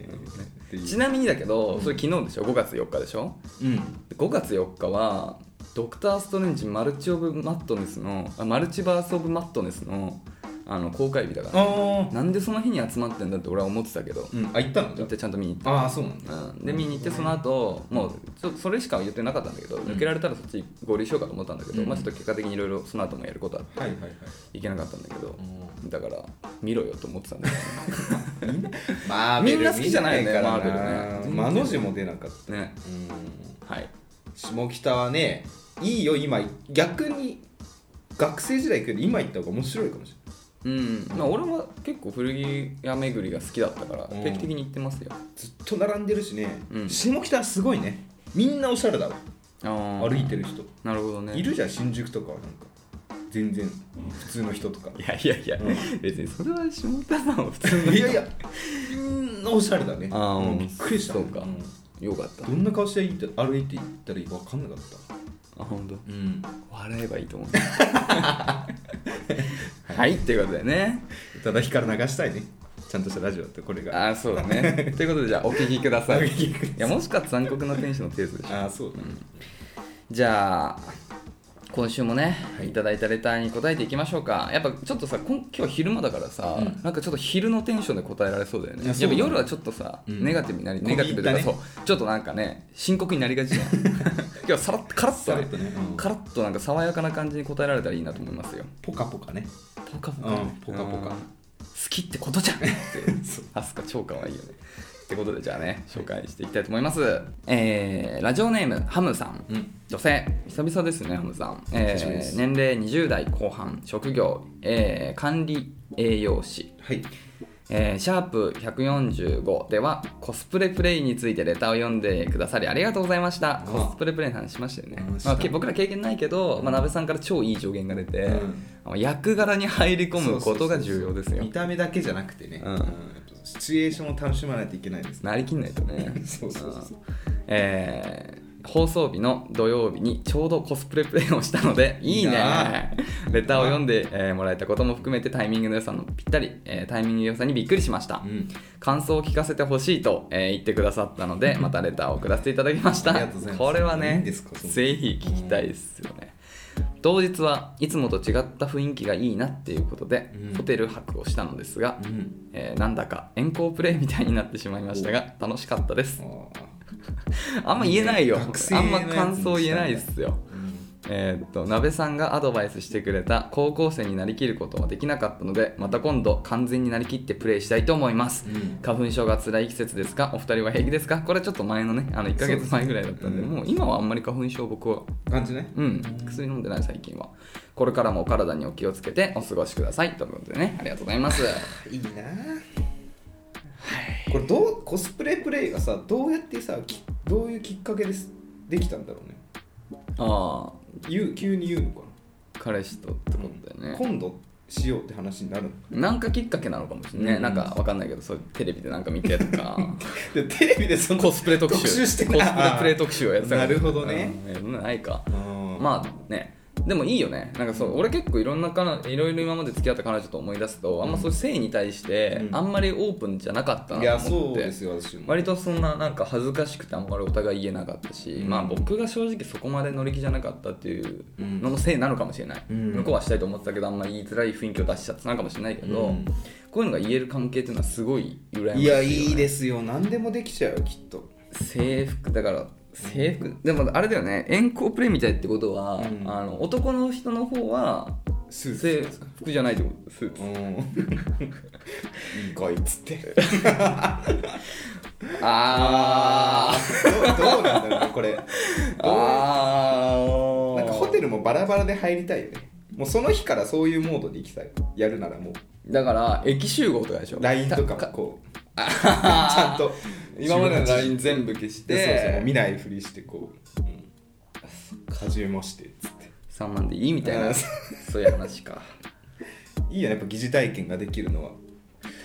[SPEAKER 1] ていう
[SPEAKER 2] ちなみにだけどそれ昨日でしょ5月4日でしょ
[SPEAKER 1] うん
[SPEAKER 2] 5月4日はドクター・ストレンジマルチ・オブ・マットネスのあマルチバース・オブ・マットネスのあの公開日だから
[SPEAKER 1] あ
[SPEAKER 2] なんでその日に集まってんだって俺は思ってたけど
[SPEAKER 1] うんあ行ったのじ
[SPEAKER 2] 行
[SPEAKER 1] ゃ
[SPEAKER 2] ってちゃんと見に行った
[SPEAKER 1] ああーそうなんだ
[SPEAKER 2] うん、で見に行ってその後もうちょそれしか言ってなかったんだけど、抜けられたらそっち合流しようかと思ったんだけど、
[SPEAKER 1] うん
[SPEAKER 2] まあちょっと結果的にいろいろその後もやることあって
[SPEAKER 1] はいはいはい
[SPEAKER 2] いけなかったんだけど、だから見ろよと思ってたんだよ
[SPEAKER 1] マ
[SPEAKER 2] みんな好きじゃないよねマーベルね全然
[SPEAKER 1] マの字も出なかっ
[SPEAKER 2] ねね
[SPEAKER 1] たうん
[SPEAKER 2] はい
[SPEAKER 1] 下北はねいいよ今逆に学生時代行くより今行った方が面白いかもしれない
[SPEAKER 2] うんまあ俺は結構古着屋巡りが好きだったから
[SPEAKER 1] うん
[SPEAKER 2] 定期的に行ってますよ、
[SPEAKER 1] ずっと並んでるしね、
[SPEAKER 2] うん
[SPEAKER 1] 下北はすごいねみんなおしゃれだわ
[SPEAKER 2] ああ
[SPEAKER 1] 歩いてる人、
[SPEAKER 2] なるほどね
[SPEAKER 1] いるじゃん新宿とかはなんか全然普通の人とか
[SPEAKER 2] いやいやいや、
[SPEAKER 1] う
[SPEAKER 2] 別にそれは下北さんは普通の
[SPEAKER 1] いやいやみんなおしゃれだね
[SPEAKER 2] あー
[SPEAKER 1] うんびっくりした
[SPEAKER 2] そうか
[SPEAKER 1] ん
[SPEAKER 2] よかった
[SPEAKER 1] どんな顔して行って歩いて行ったらいいか分かんなかった
[SPEAKER 2] あ本当。
[SPEAKER 1] うん
[SPEAKER 2] 笑えばいいと思うはいっていうことでね
[SPEAKER 1] 宇多田ヒカル流したいねちゃんとしたラジオだってこれが
[SPEAKER 2] ああそうだねということでじゃあお聞きください
[SPEAKER 1] お聞きください
[SPEAKER 2] いやもしか残酷な天使のテースでしょ
[SPEAKER 1] ああそうだね、
[SPEAKER 2] じゃあ今週もね、い、ただいたレターに答えていきましょうかやっぱちょっとさこん今日昼間だからさ、
[SPEAKER 1] うん
[SPEAKER 2] なんかちょっと昼のテンションで答えられそうだよね
[SPEAKER 1] い
[SPEAKER 2] や
[SPEAKER 1] や
[SPEAKER 2] っ
[SPEAKER 1] そう
[SPEAKER 2] ぱ
[SPEAKER 1] だね
[SPEAKER 2] 夜はちょっとさ、
[SPEAKER 1] うん
[SPEAKER 2] ネガティブになり
[SPEAKER 1] 込
[SPEAKER 2] ネ
[SPEAKER 1] み
[SPEAKER 2] ガティブという
[SPEAKER 1] 入
[SPEAKER 2] か、
[SPEAKER 1] った
[SPEAKER 2] そう
[SPEAKER 1] ね
[SPEAKER 2] ちょっとなんかね深刻になりがちじゃ ん今日はさらっとカラッと
[SPEAKER 1] さ
[SPEAKER 2] ね
[SPEAKER 1] らっとねうん
[SPEAKER 2] カラッとなんか爽やかな感じに答えられたらいいなと思いますよ
[SPEAKER 1] ポカポカね
[SPEAKER 2] ポカポカ、
[SPEAKER 1] うんポカポカ
[SPEAKER 2] 好きってことじゃんってアスカ超可愛いよねってことでじゃあね紹介していきたいと思います、えーラジオネームハムさん、
[SPEAKER 1] うん
[SPEAKER 2] 女性久々ですねハムさん、え
[SPEAKER 1] 久しぶりで
[SPEAKER 2] ー、
[SPEAKER 1] す
[SPEAKER 2] 年齢20代後半職業、えー管理栄養士
[SPEAKER 1] はい
[SPEAKER 2] えーシャープ145ではコスプレプレイについてレターを読んでくださりありがとうございまし
[SPEAKER 1] あ
[SPEAKER 2] たコスプレプレイの話しましたよね
[SPEAKER 1] うんし、た
[SPEAKER 2] まあ、け僕ら経験ないけど、まあ、鍋さんから超いい助言が出て、
[SPEAKER 1] うん
[SPEAKER 2] あの役柄に入り込むことが重要ですよ
[SPEAKER 1] 見た目だけじゃなくてね、
[SPEAKER 2] うん
[SPEAKER 1] やっぱシチュエーションを楽しまないといけないですね
[SPEAKER 2] なりきんないとね
[SPEAKER 1] そうそうそう
[SPEAKER 2] うんえー放送日の土曜日にちょうどコスプレプレイをしたのでいい
[SPEAKER 1] いい
[SPEAKER 2] ね
[SPEAKER 1] なあ
[SPEAKER 2] レターを読んで、えーもらえたことも含めてタイミングの良さのぴったり、えータイミングの良さにびっくりしました、
[SPEAKER 1] うん
[SPEAKER 2] 感想を聞かせてほしいと、えー言ってくださったので またレターを送らせていただきました
[SPEAKER 1] ありがとうございます
[SPEAKER 2] これはね
[SPEAKER 1] いいんですかその
[SPEAKER 2] ぜひ聞きたいですよね当日はいつもと違った雰囲気がいいなっていうことで、
[SPEAKER 1] うん
[SPEAKER 2] ホテル泊をしたのですが、
[SPEAKER 1] うん
[SPEAKER 2] えーなんだか遠行プレイみたいになってしまいましたが楽しかったです
[SPEAKER 1] あ
[SPEAKER 2] あんま言えないよ
[SPEAKER 1] 学生
[SPEAKER 2] あ
[SPEAKER 1] の
[SPEAKER 2] んま
[SPEAKER 1] やつにしたいね
[SPEAKER 2] 感想言えないですよ
[SPEAKER 1] ーうん
[SPEAKER 2] えーっと鍋さんがアドバイスしてくれた高校生になりきることはできなかったのでまた今度完全になりきってプレイしたいと思います、
[SPEAKER 1] うん
[SPEAKER 2] 花粉症が辛い季節ですかお二人は平気ですかこれはちょっと前のねあの1ヶ
[SPEAKER 1] そうで
[SPEAKER 2] 月
[SPEAKER 1] すね
[SPEAKER 2] 前ぐらいだったんで
[SPEAKER 1] うん
[SPEAKER 2] もう今はあんまり花粉症僕は
[SPEAKER 1] 感じね
[SPEAKER 2] うん薬飲んでない最近はこれからもお体にお気をつけてお過ごしくださいということでねありがとうござ います
[SPEAKER 1] いいなこれどうコスプレプレイがさどうやってさきどういうきっかけですできたんだろうね
[SPEAKER 2] ああ
[SPEAKER 1] 言う急に言うのか
[SPEAKER 2] 彼氏とってことだよ
[SPEAKER 1] な、
[SPEAKER 2] ね、
[SPEAKER 1] 今度しようって話になるのか
[SPEAKER 2] なんかきっかけなのかもしれない、
[SPEAKER 1] うん
[SPEAKER 2] なんかわかんないけどそうテレビでなんか見てとか
[SPEAKER 1] でテレビでその
[SPEAKER 2] コスプレ特 集
[SPEAKER 1] 特集して
[SPEAKER 2] コ
[SPEAKER 1] た
[SPEAKER 2] スプレプレイ特集をやってたから
[SPEAKER 1] なるほどね、
[SPEAKER 2] うんそんなのないか
[SPEAKER 1] ま
[SPEAKER 2] まあねでもいいよねなんかそう俺結構いろんな彼女いろいろ今まで付き合った彼女と思い出すとあんまそういう性に対して
[SPEAKER 1] うん
[SPEAKER 2] あんまりオープンじゃなかった
[SPEAKER 1] いや
[SPEAKER 2] なと思
[SPEAKER 1] そ
[SPEAKER 2] っ
[SPEAKER 1] う
[SPEAKER 2] て、
[SPEAKER 1] ですよ私も
[SPEAKER 2] 割とそんななんか恥ずかしくてあんまりお互い言えなかったし、
[SPEAKER 1] うん
[SPEAKER 2] まあ僕が正直そこまで乗り気じゃなかったっていうののせいなのかもしれない、
[SPEAKER 1] うん
[SPEAKER 2] 向こうはしたいと思ってたけどあんまり言いづらい雰囲気を出しちゃってたのかもしれないけど、
[SPEAKER 1] うん
[SPEAKER 2] こういうのが言える関係っていうのはすごい羨ましい
[SPEAKER 1] い
[SPEAKER 2] よ
[SPEAKER 1] や
[SPEAKER 2] ね
[SPEAKER 1] いいですよ何でもできちゃうよきっと
[SPEAKER 2] 制服だから制服でもあれだよね遠行プレイみたいってことは、
[SPEAKER 1] うん
[SPEAKER 2] あの男の人の方は
[SPEAKER 1] ス
[SPEAKER 2] 制服じゃないってことスーツ
[SPEAKER 1] う ん。こいつって。
[SPEAKER 2] あー
[SPEAKER 1] どうどうなんだろうねこれ。
[SPEAKER 2] あー
[SPEAKER 1] なんかホテルもバラバラで入りたいよね。もうその日からそういうモードで行きたい。やるならもう
[SPEAKER 2] だから駅集合とかでしょ
[SPEAKER 1] LINE とかもこう。 ちゃんと
[SPEAKER 2] 今までの LINE 全部消し
[SPEAKER 1] でそうそうもう見
[SPEAKER 2] て
[SPEAKER 1] ないふりしてこう。うん、かじめましてっつって。
[SPEAKER 2] 3万でいいみたい
[SPEAKER 1] あ
[SPEAKER 2] な
[SPEAKER 1] ー
[SPEAKER 2] そういう話か
[SPEAKER 1] いいよねやっぱ疑似体験ができるのは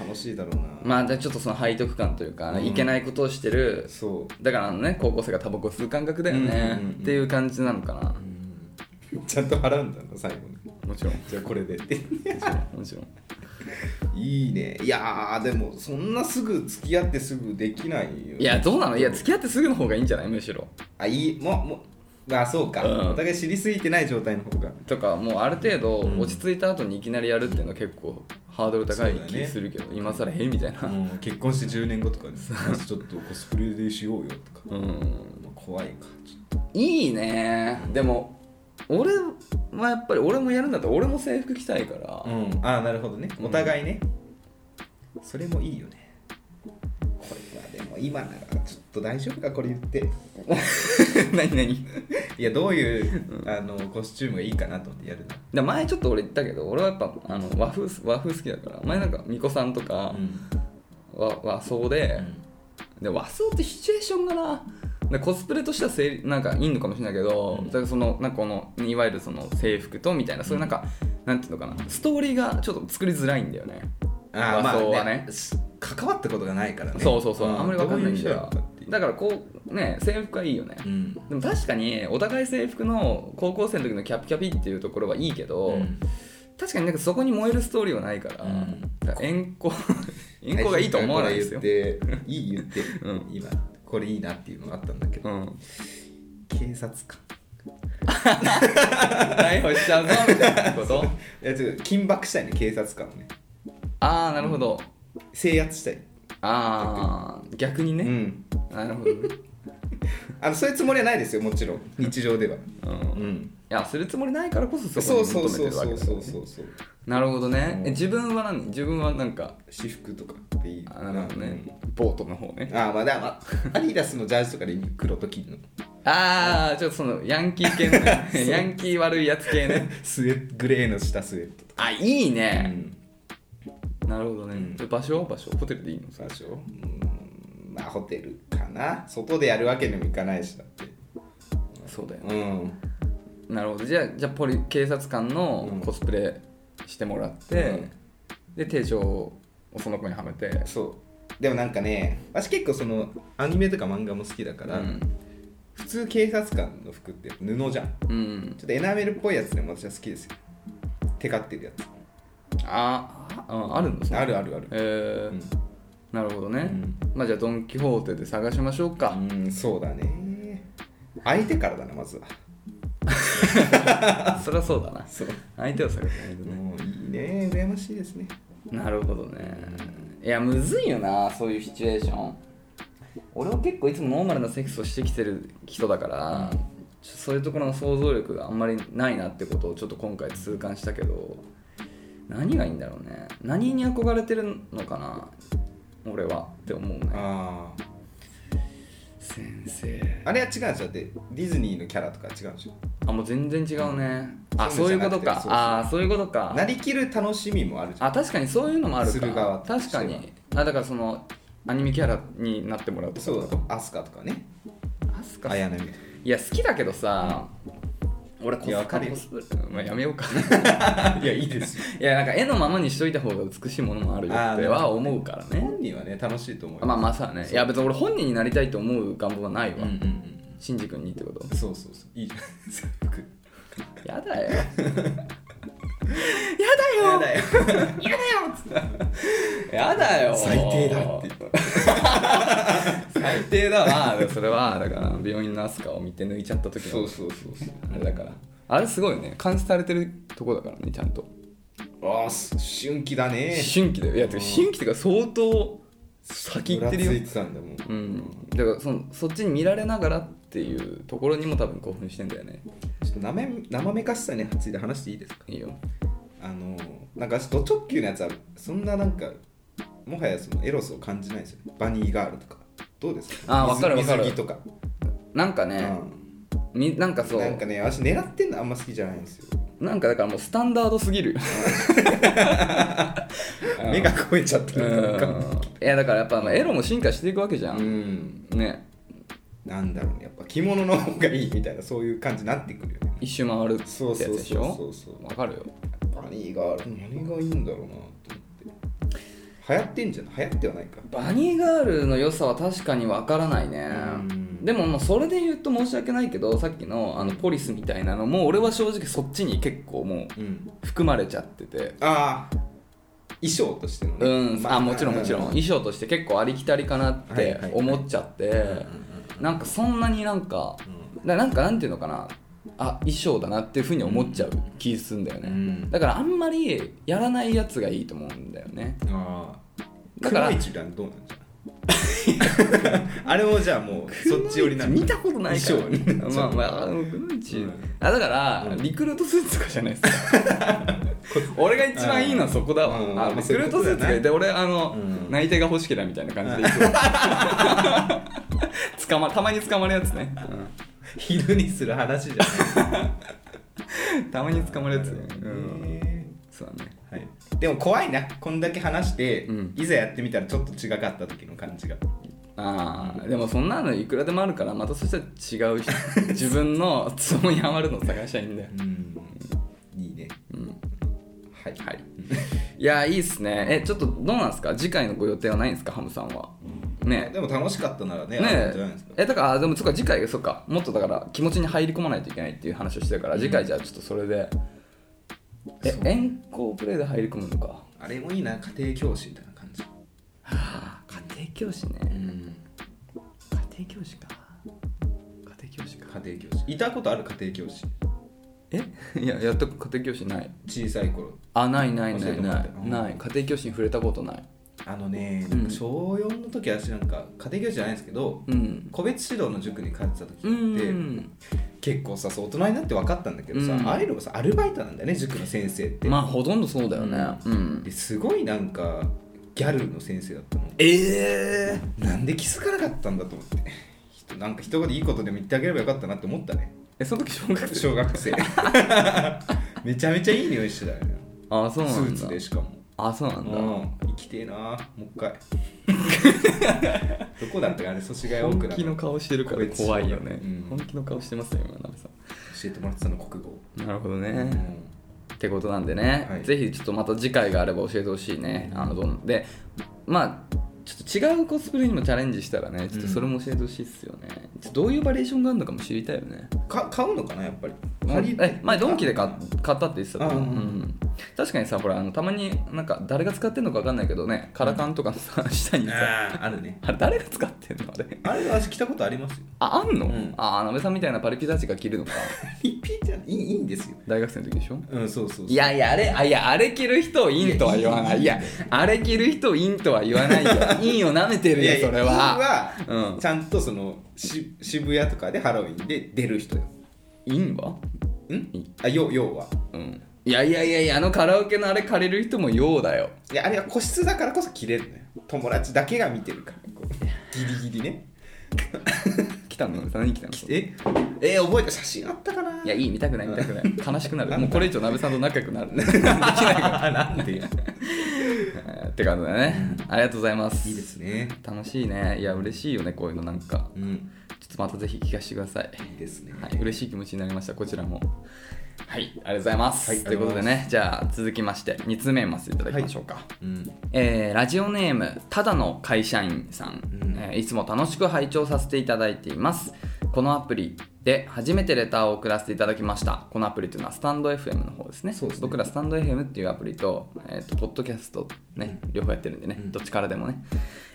[SPEAKER 1] 楽しいだろうな、
[SPEAKER 2] まあじゃあちょっとその背徳感というか、
[SPEAKER 1] うん
[SPEAKER 2] いけないことをしてる
[SPEAKER 1] そ
[SPEAKER 2] だからあのね高校生がタバコ吸う感覚だよね、
[SPEAKER 1] うんうんうん
[SPEAKER 2] っていう感じなのかな
[SPEAKER 1] う、うんちゃんと払うんだな最後に
[SPEAKER 2] もちろん
[SPEAKER 1] じゃあこれで って
[SPEAKER 2] もちろん
[SPEAKER 1] いいねいやーでもそんなすぐ付き合ってすぐできないよね
[SPEAKER 2] いやどうなのいや付き合ってすぐの方がいいんじゃないむしろ
[SPEAKER 1] あいいもうもうあそうか、
[SPEAKER 2] うん
[SPEAKER 1] お互い知りすぎてない状態の方が
[SPEAKER 2] とかもうある程度
[SPEAKER 1] うん
[SPEAKER 2] 落ち着いた後にいきなりやるっていうのは結構ハードル高い
[SPEAKER 1] そうだ
[SPEAKER 2] 気
[SPEAKER 1] ね
[SPEAKER 2] するけど、今更へみたいな
[SPEAKER 1] もう結婚して10年後とか ですちょっとコスプレでしようよとか、
[SPEAKER 2] うん
[SPEAKER 1] まあ怖いかちょっ
[SPEAKER 2] いいねでも俺はやっぱり俺もやるんだったら俺も制服着たいから、
[SPEAKER 1] とうんああなるほどねお互いね、それもいいよねこれはでも今ならちょっと大丈夫かこれ言って
[SPEAKER 2] 何何
[SPEAKER 1] いやどういうあのコスチュームがいいかなと思ってやるの
[SPEAKER 2] で前ちょっと俺言ったけど俺はやっぱあの和風和風好きだから前なんか巫女さんとか和,、和装で、で和装ってシチュエーションがなでコスプレとしては成立なんかいいのかもしれないけど、
[SPEAKER 1] うん
[SPEAKER 2] だからそのなんかこのいわゆるその制服とみたいなそういうなんか、なんていうのかなストーリーがちょっと作りづらいんだよね
[SPEAKER 1] ああまあ
[SPEAKER 2] 和装はね
[SPEAKER 1] ね関わったことがないからね
[SPEAKER 2] そうそうそう、あんまり分かんないんだ
[SPEAKER 1] どういう
[SPEAKER 2] よ
[SPEAKER 1] 人だっていう
[SPEAKER 2] だからこうね制服はいいよね、
[SPEAKER 1] うん
[SPEAKER 2] でも確かにお互い制服の高校生の時のキャピキャピっていうところはいいけど、
[SPEAKER 1] うん
[SPEAKER 2] 確かになんかそこに燃えるストーリーはないから,、
[SPEAKER 1] うん
[SPEAKER 2] だから遠 行遠行がいいと思わないですよ
[SPEAKER 1] こ、れ言ってい い言って、
[SPEAKER 2] うん
[SPEAKER 1] 今これいいなっていうのがあったんだけ
[SPEAKER 2] う
[SPEAKER 1] ど、
[SPEAKER 2] ん、
[SPEAKER 1] 警察官
[SPEAKER 2] 逮捕しちゃうぞみたいなこと
[SPEAKER 1] いやちょっと緊縛したいね警察官をね
[SPEAKER 2] ああなるほど、
[SPEAKER 1] 制圧したい、
[SPEAKER 2] ああ逆に
[SPEAKER 1] う
[SPEAKER 2] ね、
[SPEAKER 1] ん
[SPEAKER 2] なるほどね、
[SPEAKER 1] あのそういうつもりはないですよもちろん日常では
[SPEAKER 2] うん、
[SPEAKER 1] う
[SPEAKER 2] い
[SPEAKER 1] ん
[SPEAKER 2] やするつもりないからこそそ
[SPEAKER 1] そ
[SPEAKER 2] こ
[SPEAKER 1] う
[SPEAKER 2] に
[SPEAKER 1] そう
[SPEAKER 2] 求め
[SPEAKER 1] そ
[SPEAKER 2] て
[SPEAKER 1] う
[SPEAKER 2] るわ
[SPEAKER 1] そうそ
[SPEAKER 2] けだから
[SPEAKER 1] うそうそう
[SPEAKER 2] なるほどね
[SPEAKER 1] うん
[SPEAKER 2] え自分は何自分はなんか
[SPEAKER 1] 私服とかでいい
[SPEAKER 2] あなるほどね、ボートの方ね
[SPEAKER 1] うんあまあだまあアディダスのジャージとかでいい黒と金の
[SPEAKER 2] ああちょっとそのヤンキー系の ねヤンキー悪いやつ系ね
[SPEAKER 1] スウェットグレーの下スウェットとか、
[SPEAKER 2] あいいうね、
[SPEAKER 1] ん、
[SPEAKER 2] なるほどね、
[SPEAKER 1] うん
[SPEAKER 2] で場所は場所ホテルでいいの
[SPEAKER 1] 最初うんまあホテルかな外でやるわけにもいかないしだって
[SPEAKER 2] そうだよね、
[SPEAKER 1] うん
[SPEAKER 2] なるほどじゃあじゃあポリ警察官
[SPEAKER 1] う
[SPEAKER 2] の
[SPEAKER 1] ん
[SPEAKER 2] コスプレしてもらって、で手錠をその子にはめて
[SPEAKER 1] そうでもなんかね私結構そのアニメとか漫画も好きだから、
[SPEAKER 2] うん
[SPEAKER 1] 普通警察官の服って布じゃん
[SPEAKER 2] うん
[SPEAKER 1] ちょっとエナメルっぽいやつでも私は好きですよテカってるやつ
[SPEAKER 2] あああるのその
[SPEAKER 1] あるあるある
[SPEAKER 2] えー
[SPEAKER 1] うん、
[SPEAKER 2] なるほどね、まあじゃあドン・キホーテで探しましょうか、
[SPEAKER 1] うんそうだね相手からだなまずは
[SPEAKER 2] あそりゃそうだな
[SPEAKER 1] そう
[SPEAKER 2] 相手を探さないとね、
[SPEAKER 1] もういいね羨ましいですね
[SPEAKER 2] なるほどねいやむずいよなそういうシチュエーション俺は結構いつもノーマルなセックスをしてきてる人だから、ちょそういうところの想像力があんまりないなってことをちょっと今回痛感したけど何がいいんだろうね何に憧れてるのかな俺はって思うね
[SPEAKER 1] ああ
[SPEAKER 2] 先生
[SPEAKER 1] あれは違うんですよだってディズニーのキャラとか違うんでしょ
[SPEAKER 2] あもう全然違うね、あ
[SPEAKER 1] そ
[SPEAKER 2] そうう
[SPEAKER 1] い
[SPEAKER 2] いう
[SPEAKER 1] の
[SPEAKER 2] う
[SPEAKER 1] じゃな
[SPEAKER 2] こと
[SPEAKER 1] くて
[SPEAKER 2] か
[SPEAKER 1] そうそう
[SPEAKER 2] ああそういうことか
[SPEAKER 1] なりきる楽しみもあるじゃん
[SPEAKER 2] あ確かにそういうのもあるか
[SPEAKER 1] する側として
[SPEAKER 2] 確
[SPEAKER 1] は
[SPEAKER 2] かにあだからそのアニメキャラになってもらうとか
[SPEAKER 1] そうだとアスカとかね
[SPEAKER 2] アスカ
[SPEAKER 1] 綾波と か
[SPEAKER 2] いや好きだけどさ、俺コ
[SPEAKER 1] いやわ
[SPEAKER 2] ス
[SPEAKER 1] か
[SPEAKER 2] カ
[SPEAKER 1] るよ
[SPEAKER 2] コスプレ、まあ、やめようか
[SPEAKER 1] いやいいですよ
[SPEAKER 2] いやなんか絵のままにしといた方が美しいものもあるよ
[SPEAKER 1] あー
[SPEAKER 2] っては思うからね
[SPEAKER 1] 本人はね楽しいと思うよ
[SPEAKER 2] まあまあさねいや別に俺本人になりたいと思う願望はないわ、
[SPEAKER 1] うんうん
[SPEAKER 2] シンジ君にってこと
[SPEAKER 1] うんそうそうそういいじゃん制服
[SPEAKER 2] や だよやだよ
[SPEAKER 1] やだよ
[SPEAKER 2] やだよ
[SPEAKER 1] 最低だって言った
[SPEAKER 2] 最低だわでもそれはだから病院のアスカを見て抜いちゃった時の
[SPEAKER 1] そうそうそうそう
[SPEAKER 2] あれだからあれすごいよね監視されてるとこだからねちゃんと
[SPEAKER 1] ああ春季だね
[SPEAKER 2] 新規だよいやてか新規ってか相当先行ってるよ
[SPEAKER 1] ぶらついてたんだもん
[SPEAKER 2] うん、だからそのそっちに見られながらっていうところにも多分興奮してんだよね
[SPEAKER 1] ちょっとなめ生めかしさについて話していいですか
[SPEAKER 2] いいよ
[SPEAKER 1] あのなんかド直球のやつはそんななんかもはやそのエロスを感じないですよねバニーガールとかどうですか
[SPEAKER 2] あーわかるわ
[SPEAKER 1] 水
[SPEAKER 2] かる
[SPEAKER 1] 水着とか、
[SPEAKER 2] なんか
[SPEAKER 1] う
[SPEAKER 2] ね、
[SPEAKER 1] ん、
[SPEAKER 2] みなんかそう
[SPEAKER 1] なんかね私狙ってんのあんま好きじゃないんですよ
[SPEAKER 2] なんかだからもうスタンダードすぎるうん
[SPEAKER 1] 目が超えちゃって
[SPEAKER 2] う
[SPEAKER 1] るなんか
[SPEAKER 2] んいやだからやっぱまあエロも進化していくわけじゃ、
[SPEAKER 1] うんん
[SPEAKER 2] ね
[SPEAKER 1] なんだろうねやっぱ着物の方がいいみたいなそういう感じになってくるよね
[SPEAKER 2] 一周回るってや
[SPEAKER 1] そう
[SPEAKER 2] つ
[SPEAKER 1] そう
[SPEAKER 2] でし
[SPEAKER 1] そう
[SPEAKER 2] ょ
[SPEAKER 1] そうそう
[SPEAKER 2] わかるよ
[SPEAKER 1] バニ何がある何がいいんだろうなと思って流行ってんじゃん流行ってはないか
[SPEAKER 2] バニーガールの良さは確かにわからないね
[SPEAKER 1] うん
[SPEAKER 2] でももうそれで言うと申し訳ないけどさっきのあのポリスみたいなのも俺は正直そっちに結構もう
[SPEAKER 1] うん
[SPEAKER 2] 含まれちゃってて
[SPEAKER 1] ああ衣装としてのね
[SPEAKER 2] うん
[SPEAKER 1] ま
[SPEAKER 2] あもちろんもちろん
[SPEAKER 1] う
[SPEAKER 2] 衣装として結構ありきたりかなっ
[SPEAKER 1] はいは
[SPEAKER 2] て
[SPEAKER 1] いはい
[SPEAKER 2] 思っちゃって、なんかそんなになんか
[SPEAKER 1] う
[SPEAKER 2] ななんかなんていうのかなあ衣装だなっていうふうに思っちゃう気すんだよね、
[SPEAKER 1] うん
[SPEAKER 2] だからあんまりやらないやつがいいと思うんだよね
[SPEAKER 1] ああだ
[SPEAKER 2] だか
[SPEAKER 1] から ら一蘭どうなんじゃんあれもじゃあもうそっち寄りなんだ
[SPEAKER 2] 見たことないから、
[SPEAKER 1] 衣装に
[SPEAKER 2] まあまああのくのいち
[SPEAKER 1] うん
[SPEAKER 2] あだから、リクルートスーツとかじゃないですか 俺が一番いいのはそこだわ、
[SPEAKER 1] うん
[SPEAKER 2] あリクルート
[SPEAKER 1] そう
[SPEAKER 2] スーツ
[SPEAKER 1] いうことだ
[SPEAKER 2] が
[SPEAKER 1] ね
[SPEAKER 2] で俺あの、
[SPEAKER 1] うん
[SPEAKER 2] 内定が欲しけりゃみたいな感じで行くわ 捕またまに捕まるやつね、
[SPEAKER 1] 昼にする話じゃ
[SPEAKER 2] うんたまに捕まるやつね、う
[SPEAKER 1] ない、
[SPEAKER 2] ん、
[SPEAKER 1] へ
[SPEAKER 2] そうだね
[SPEAKER 1] ーはい、でも怖いなこんだけ話して、
[SPEAKER 2] うん
[SPEAKER 1] いざやってみたらちょっと違かった時の感じが
[SPEAKER 2] ああでもそんなのいくらでもあるからまたそしたら違 う人自分のツボにハマるのを探しゃいいんだよ、
[SPEAKER 1] うんいいね
[SPEAKER 2] うん、
[SPEAKER 1] はい、
[SPEAKER 2] はいいやいいっすねえちょっとどうなんですか次回のご予定はないんですかハムさんはね
[SPEAKER 1] でも楽しかったならね
[SPEAKER 2] え
[SPEAKER 1] ある
[SPEAKER 2] ね
[SPEAKER 1] んじゃないですか
[SPEAKER 2] えだからあでもそっか次回そっかもっとだから気持ちに入り込まないといけないっていう話をしてたから、次回じゃあちょっとそれでえ
[SPEAKER 1] そう
[SPEAKER 2] 遠行プレイで入り込むのか
[SPEAKER 1] あれもいいな家庭教師みたいな感じ
[SPEAKER 2] あー家庭教師ね
[SPEAKER 1] ん
[SPEAKER 2] 家庭教師か家庭教師か
[SPEAKER 1] 家庭教師いたことある家庭教師
[SPEAKER 2] えいややった家庭教師ない
[SPEAKER 1] 小さい頃
[SPEAKER 2] あないないな
[SPEAKER 1] 教え
[SPEAKER 2] い
[SPEAKER 1] てもら
[SPEAKER 2] な
[SPEAKER 1] って
[SPEAKER 2] い、
[SPEAKER 1] うん
[SPEAKER 2] ない家庭教師に触れたことない
[SPEAKER 1] あのねなん
[SPEAKER 2] うん
[SPEAKER 1] か小4の時は私なんか家庭教師じゃないんですけど、
[SPEAKER 2] うん
[SPEAKER 1] 個別指導の塾に通ってた時って、
[SPEAKER 2] うん
[SPEAKER 1] 結構さそう大人になって分かったんだけどさ、
[SPEAKER 2] うん
[SPEAKER 1] ああいうのがさアルバイトなんだよね塾の先生って、
[SPEAKER 2] まあほとんどそうだよねうん、
[SPEAKER 1] ですごいなんかギャルの先生だったの
[SPEAKER 2] ええ
[SPEAKER 1] なんで気づかなかったんだと思って人なんか一言いいことでも言ってあげればよかったなって思ったね
[SPEAKER 2] えその時小学生
[SPEAKER 1] 小 学生めちゃめちゃいい匂いしてたよね
[SPEAKER 2] あそうなん
[SPEAKER 1] ス
[SPEAKER 2] だ
[SPEAKER 1] ーツでしかも
[SPEAKER 2] あそうな
[SPEAKER 1] うん
[SPEAKER 2] だ、
[SPEAKER 1] ん生きてえなもう一 回どこだったかあれ祖師ヶ谷奥
[SPEAKER 2] 本
[SPEAKER 1] だ
[SPEAKER 2] 気の顔してるから怖いよね、
[SPEAKER 1] うん
[SPEAKER 2] 本気の顔してますよ今鍋さ
[SPEAKER 1] 教えてもらってたの国語、
[SPEAKER 2] んなるほど
[SPEAKER 1] う
[SPEAKER 2] ね、
[SPEAKER 1] ん
[SPEAKER 2] ってことなんでね、
[SPEAKER 1] はい
[SPEAKER 2] ぜひちょっとまた次回があれば教えてほしいねあのどんでまあちょっと違うコスプレにもチャレンジしたらねちょっとそれも教えてほしいっすよね、ちょっとどういうバリエーションがあるのかも知りたいよね
[SPEAKER 1] か買うのかなやっぱり
[SPEAKER 2] え前ドンキで買っ買ったって言ってたと思
[SPEAKER 1] う
[SPEAKER 2] う、
[SPEAKER 1] んうんうん
[SPEAKER 2] うん確かにさほらあのたまになんか誰が使ってんのか分かんないけどねカラカンとかのさ下にさ
[SPEAKER 1] あーあるね
[SPEAKER 2] あれ誰が使ってんのあれ
[SPEAKER 1] あれ私着たことありますよ
[SPEAKER 2] ああんの、
[SPEAKER 1] うん
[SPEAKER 2] ああなべさんみたいなパリピたちが着る のか
[SPEAKER 1] リピーじゃいいいいんですよ
[SPEAKER 2] 大学生の時でしょ
[SPEAKER 1] うんそうそうそう
[SPEAKER 2] いやいやあれあいやあれ着る人をインとは言わないい
[SPEAKER 1] いや
[SPEAKER 2] やあれ着る人をインとは言わ ないよインを舐めてる
[SPEAKER 1] いや
[SPEAKER 2] よ
[SPEAKER 1] いや
[SPEAKER 2] それは
[SPEAKER 1] インは
[SPEAKER 2] うん
[SPEAKER 1] ちゃんとそのし渋谷とかでハロウィンで出る人よ
[SPEAKER 2] インは
[SPEAKER 1] んあ要要は
[SPEAKER 2] うんいやいやいやいやあのカラオケのあれ借りる人もようだよ
[SPEAKER 1] いやあれは個室だからこそ着れるのよ友達だけが見てるからこうギリギリね
[SPEAKER 2] 来たの何来たの
[SPEAKER 1] ええー、覚えた写真あったかない
[SPEAKER 2] いや、いい、見たくない、見たくない。悲しくなる。
[SPEAKER 1] なんだ
[SPEAKER 2] もうこれ以上、なべさんと仲良く なる。できないか ら。
[SPEAKER 1] なんでいい
[SPEAKER 2] えーって感じだね。ありがとうございます。
[SPEAKER 1] ですね
[SPEAKER 2] 楽しいね。いや、嬉しいよね、こういうのなんか。
[SPEAKER 1] うん
[SPEAKER 2] ちょっとまたぜひ聞かせてください。
[SPEAKER 1] いいですね
[SPEAKER 2] はい、嬉しい気持ちになりました、こちらも。はい、ありがとうございます。
[SPEAKER 1] はい
[SPEAKER 2] ということでね、じゃあ続きまして、2つ目まずいただきましょうか。
[SPEAKER 1] うん
[SPEAKER 2] えーラジオネームただの会社員さん、
[SPEAKER 1] うん
[SPEAKER 2] えーいつも楽しく拝聴させていただいていますこのアプリで初めてレターを送らせていただきましたこのアプリというのはスタンド FM の方ですね
[SPEAKER 1] そうですね
[SPEAKER 2] 僕らスタンド FM っていうアプリと,、えーとポッドキャスト、ね両方やってるんでね、
[SPEAKER 1] うん
[SPEAKER 2] どっちからでもね、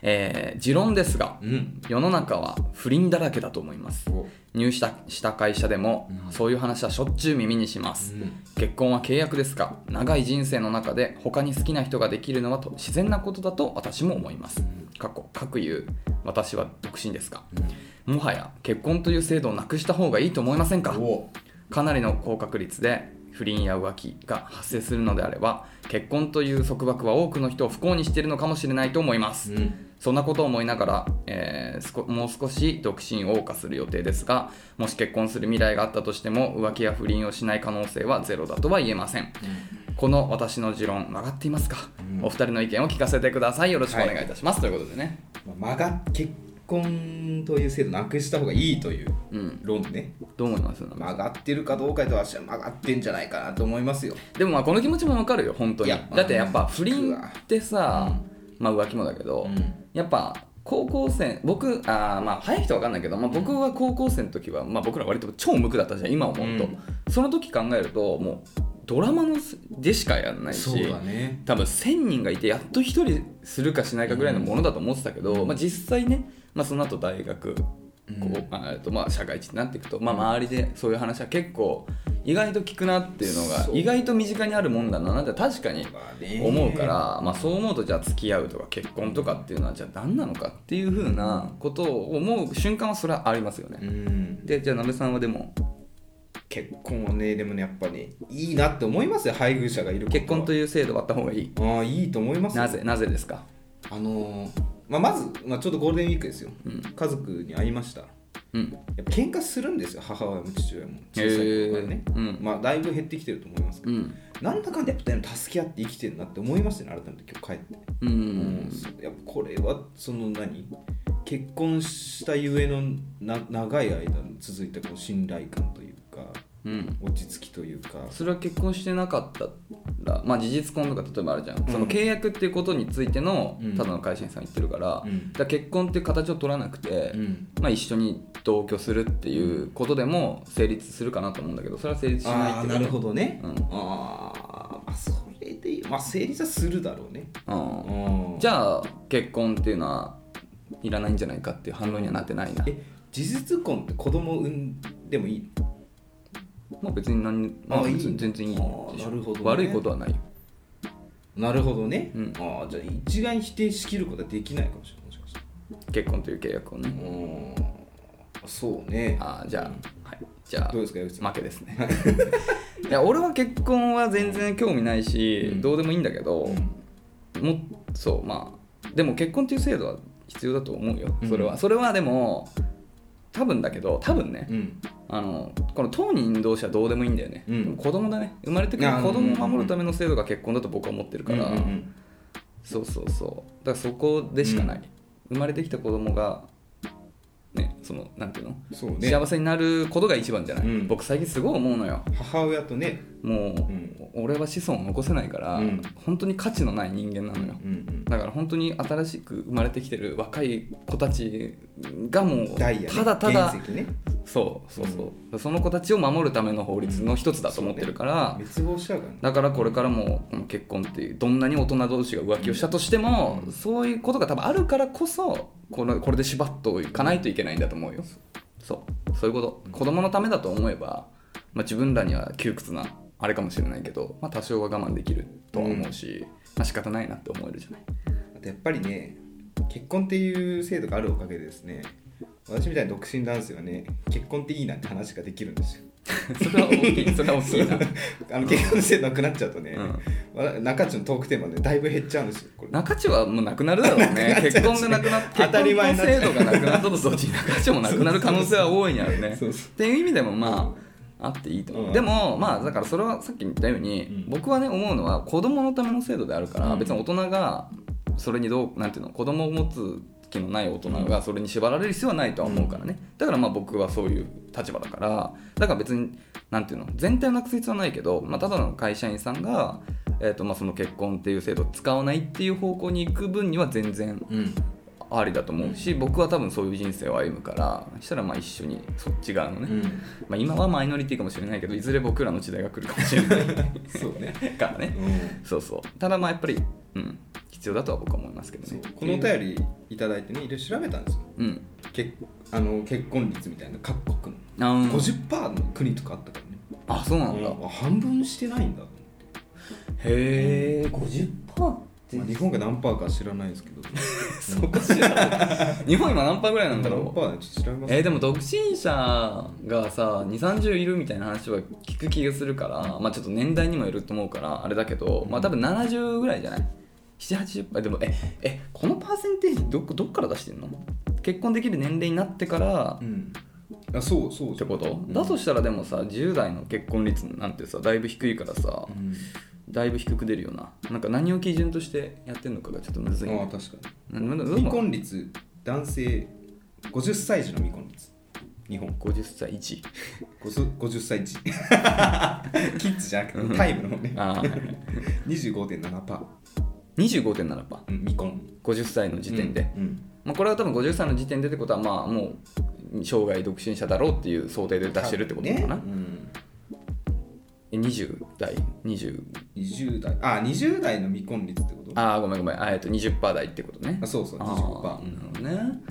[SPEAKER 2] えー持論ですが、
[SPEAKER 1] うん
[SPEAKER 2] 世の中は不倫だらけだと思います
[SPEAKER 1] お
[SPEAKER 2] 入社した会社でも、そういう話はしょっちゅう耳にします、
[SPEAKER 1] うん
[SPEAKER 2] 結婚は契約ですが長い人生の中で他に好きな人ができるのはと自然なことだと私も思います過去各言う私は独身ですがもはや結婚という制度をなくした方がいいと思いませんか
[SPEAKER 1] お
[SPEAKER 2] かなりの高確率で不倫や浮気が発生するのであれば結婚という束縛は多くの人を不幸にしているのかもしれないと思います、
[SPEAKER 1] うん
[SPEAKER 2] そんなことを思いながら、えー少もう少し独身を謳歌する予定ですがもし結婚する未来があったとしても浮気や不倫をしない可能性はゼロだとは言えません、この私の持論曲がっていますか、お二人の意見を聞かせてくださいよろしくお願いいたします、ということでね
[SPEAKER 1] まあ曲がっ結婚という制度なくした方がいいという
[SPEAKER 2] うん
[SPEAKER 1] 論ね
[SPEAKER 2] どう思います
[SPEAKER 1] 曲がってるかどうかとは私は曲がってんじゃないかなと思いますよ
[SPEAKER 2] でもまあこの気持ちもわかるよ本当
[SPEAKER 1] い
[SPEAKER 2] に
[SPEAKER 1] や
[SPEAKER 2] だってやっぱ不倫ってさ、まあ浮気もだけど、
[SPEAKER 1] うん
[SPEAKER 2] やっぱ高校生僕あーまあ早い人は分かんないけど、まあ、僕は高校生の時は、まあ、僕ら割と超無垢だったじゃん今思うと、
[SPEAKER 1] うん
[SPEAKER 2] その時考えるともうドラマのすでしかやんないし
[SPEAKER 1] そうだね
[SPEAKER 2] 多分1,000人がいてやっと1人するかしないかぐらいのものだと思ってたけど、まあ、実際ね、まあ、その後大学こう、あえっとまあ社会人になっていくと、まあ、周りでそういう話は結構意外と聞くなっていうのが
[SPEAKER 1] そう
[SPEAKER 2] 意外と身近にあるもんだなって確かに
[SPEAKER 1] まあね
[SPEAKER 2] 思うから、まあ、そう思うとじゃあ付き合うとか結婚とかっていうのはじゃあ何なのかっていうふうなことを思う瞬間はそれはありますよ
[SPEAKER 1] う
[SPEAKER 2] ね。
[SPEAKER 1] ん
[SPEAKER 2] でじゃあなべさんはでも
[SPEAKER 1] 結婚はねでもねやっぱりいいなって思いますよ配偶者がいる
[SPEAKER 2] 結婚と
[SPEAKER 1] いう
[SPEAKER 2] いう制度はあった方がいい
[SPEAKER 1] ああいいと思いますよ
[SPEAKER 2] なぜなぜですか
[SPEAKER 1] あのーまあ、まず、まあ、ちょうどゴールデンウィークですよ、家族に会いましたや
[SPEAKER 2] うん
[SPEAKER 1] っぱ喧嘩するんですよ母親も父親も小さい頃からね
[SPEAKER 2] へ、ーうん
[SPEAKER 1] まあ、だいぶ減ってきてると思いますけ
[SPEAKER 2] う
[SPEAKER 1] ど、
[SPEAKER 2] ん
[SPEAKER 1] なんだかんだやっぱでも助け合って生きてるなって思いましたね改めて今日帰って、
[SPEAKER 2] うん、
[SPEAKER 1] うんそうやっぱこれはその何結婚したゆえのな長い間続いたこう信頼感というか
[SPEAKER 2] うん
[SPEAKER 1] 落ち着きというか
[SPEAKER 2] それは結婚してなかったら、まあ、事実婚とか例えばあるじゃん、その契約っていうことについての
[SPEAKER 1] うん
[SPEAKER 2] ただの会社員さん言ってるから,、
[SPEAKER 1] うん
[SPEAKER 2] だから結婚っていう形を取らなくて、
[SPEAKER 1] うん
[SPEAKER 2] まあ、一緒に同居するっていうことでも成立するかなと思うんだけどそれは成立しないって
[SPEAKER 1] ああ
[SPEAKER 2] こと
[SPEAKER 1] なるほどね、
[SPEAKER 2] うん
[SPEAKER 1] あーまあそれでいいまあ成立はするだろうね
[SPEAKER 2] うん
[SPEAKER 1] うん
[SPEAKER 2] じゃあ結婚っていうのはいらないんじゃないかっていう反論にはなってないな、
[SPEAKER 1] え事実婚って子供産んでもいい
[SPEAKER 2] まあ、別に何、まあ、
[SPEAKER 1] あいい
[SPEAKER 2] 別に全然いいでしょ
[SPEAKER 1] あなるほどね
[SPEAKER 2] 悪いことはないよ
[SPEAKER 1] なるほどね、
[SPEAKER 2] うん
[SPEAKER 1] ああじゃあ一概に否定しきることはできないかもしれないもしかしたら
[SPEAKER 2] 結婚という契約をね、
[SPEAKER 1] うんそうね
[SPEAKER 2] あーじゃあ、はい、じゃあ
[SPEAKER 1] どうですか江口さん
[SPEAKER 2] 負けですね いや俺は結婚は全然興味ないし、
[SPEAKER 1] うん
[SPEAKER 2] どうでもいいんだけど、もそうまあでも結婚っていう制度は必要だと思うよそれは、
[SPEAKER 1] う
[SPEAKER 2] それはでも多分だけど多分ね、
[SPEAKER 1] うん
[SPEAKER 2] あのこの当人同士はどうでもいいんだよね、
[SPEAKER 1] うん
[SPEAKER 2] でも子供だね生まれてくる
[SPEAKER 1] あー
[SPEAKER 2] 子供を守るための制度が結婚だと僕は思ってるから、
[SPEAKER 1] うんうん
[SPEAKER 2] そうそうそうだからそこでしかない、生まれてきた子供がねそのなんていうの
[SPEAKER 1] うんそうね
[SPEAKER 2] 幸せになることが一番じゃない、
[SPEAKER 1] うん
[SPEAKER 2] 僕最近すごい思うのよ
[SPEAKER 1] 母親とね
[SPEAKER 2] もう、
[SPEAKER 1] ん
[SPEAKER 2] 俺は子孫を残せないから、
[SPEAKER 1] うん
[SPEAKER 2] 本当に価値のない人間なのよ、
[SPEAKER 1] うん
[SPEAKER 2] だから本当に新しく生まれてきてる若い子たちがもう
[SPEAKER 1] ダイヤね
[SPEAKER 2] ただただ
[SPEAKER 1] 原石ね
[SPEAKER 2] そうそうそう、その子たちを守るための法律の一つだと思ってるから、
[SPEAKER 1] 滅亡しちゃうからね
[SPEAKER 2] だからこれからもこの結婚っていうどんなに大人同士が浮気をしたとしても、そういうことが多分あるからこそこのこれで縛っといかないといけないんだと思うよ、そうそういうこと、子供のためだと思えば、まあ、自分らには窮屈なあれかもしれないけど、まあ、多少は我慢できるとは思うし、まあ仕方ないなって思える じゃない
[SPEAKER 1] あとやっぱりね結婚っていう制度があるおかげでですね私みたいな独身男性はね結婚っていいなって話ができるんですよ
[SPEAKER 2] それは大きいそれは大きいな
[SPEAKER 1] あの結婚の制度なくなっちゃうとね、
[SPEAKER 2] うん
[SPEAKER 1] わ中地のトークテーマでだいぶ減っちゃうんですよこれ
[SPEAKER 2] 中地はもうなくなるだろう ね結婚がなくなって
[SPEAKER 1] 当たり前に
[SPEAKER 2] 結
[SPEAKER 1] なっちゃう
[SPEAKER 2] 婚と制度がなくなったと同時に中地もなくなる可能性は大いにあるね
[SPEAKER 1] そうそ
[SPEAKER 2] っていう意味でもまああっていいと思う、
[SPEAKER 1] うん
[SPEAKER 2] でもまあだからそれはさっき言ったように、
[SPEAKER 1] うん
[SPEAKER 2] 僕はね思うのは子供のための制度であるから、
[SPEAKER 1] うん
[SPEAKER 2] 別に大人がそれにどうなんていうの子供を持つ気のない大人がそれに縛られる必要はないとは思うからね、だからまあ僕はそういう立場だからだから別になんていうの全体をなくす必要はないけど、まあ、ただの会社員さんが、えーとまあ、その結婚っていう制度を使わないっていう方向に行く分には全然
[SPEAKER 1] うん
[SPEAKER 2] ありだと思うし僕は多分そういう人生を歩むからそしたらまあ一緒にそっち側のね、
[SPEAKER 1] うん
[SPEAKER 2] まあ、今はマイノリティかもしれないけどいずれ僕らの時代が来るかもしれない
[SPEAKER 1] そうね、
[SPEAKER 2] からね
[SPEAKER 1] うん、
[SPEAKER 2] そうそうただまあやっぱり、うん、必要だとは僕は思いますけどね
[SPEAKER 1] このお便りいただいてねいろいろ調べたんですよ
[SPEAKER 2] うん
[SPEAKER 1] 結あの結婚率みたいな各国の
[SPEAKER 2] あー
[SPEAKER 1] 50%の国とかあったからね、
[SPEAKER 2] あそうなんだ、へ
[SPEAKER 1] あ半分してないんだと思って
[SPEAKER 2] え50%っ
[SPEAKER 1] まあ日本が何パーか知らないですけど
[SPEAKER 2] そこ知らない日本今何パーぐらいなんだ
[SPEAKER 1] 何
[SPEAKER 2] ろ
[SPEAKER 1] パ
[SPEAKER 2] う
[SPEAKER 1] ーだちょっと調べます
[SPEAKER 2] えー、でも独身者がさ2 3 0いるみたいな話は聞く気がするから、まあ、ちょっと年代にもよると思うからあれだけど、まあ、多分70ぐらいじゃない780あでもええこのパーセンテージどこどっから出してんの結婚できる年齢になってから
[SPEAKER 1] うんあそうそう
[SPEAKER 2] ってこと、
[SPEAKER 1] ん
[SPEAKER 2] だとしたらでもさ10代の結婚率なんてさだいぶ低いからさ、
[SPEAKER 1] うん
[SPEAKER 2] だいぶ低く出るよななんか何を基準としてやってんのかがちょっとむずい
[SPEAKER 1] ああ
[SPEAKER 2] ね
[SPEAKER 1] 確か
[SPEAKER 2] なな
[SPEAKER 1] に
[SPEAKER 2] な
[SPEAKER 1] 離婚率男性50歳児の未婚率日本
[SPEAKER 2] 50歳1
[SPEAKER 1] 50, 50歳児キッズじゃなくてタイムの方ね
[SPEAKER 2] ああ、はいはい、
[SPEAKER 1] 25.7%、
[SPEAKER 2] 25.7%パ
[SPEAKER 1] うん、未婚
[SPEAKER 2] 50歳の時点で、
[SPEAKER 1] うん
[SPEAKER 2] まあ、これは多分50歳の時点でってことはまあもう生涯独身者だろうっていう想定で出してるってことかな、
[SPEAKER 1] ねうん、
[SPEAKER 2] え20代20
[SPEAKER 1] 20代あ20代の未婚率ってことあ
[SPEAKER 2] ああごめんごめんあえっと20%台ってことね
[SPEAKER 1] そうそう
[SPEAKER 2] あ
[SPEAKER 1] 25%
[SPEAKER 2] ーなるほどね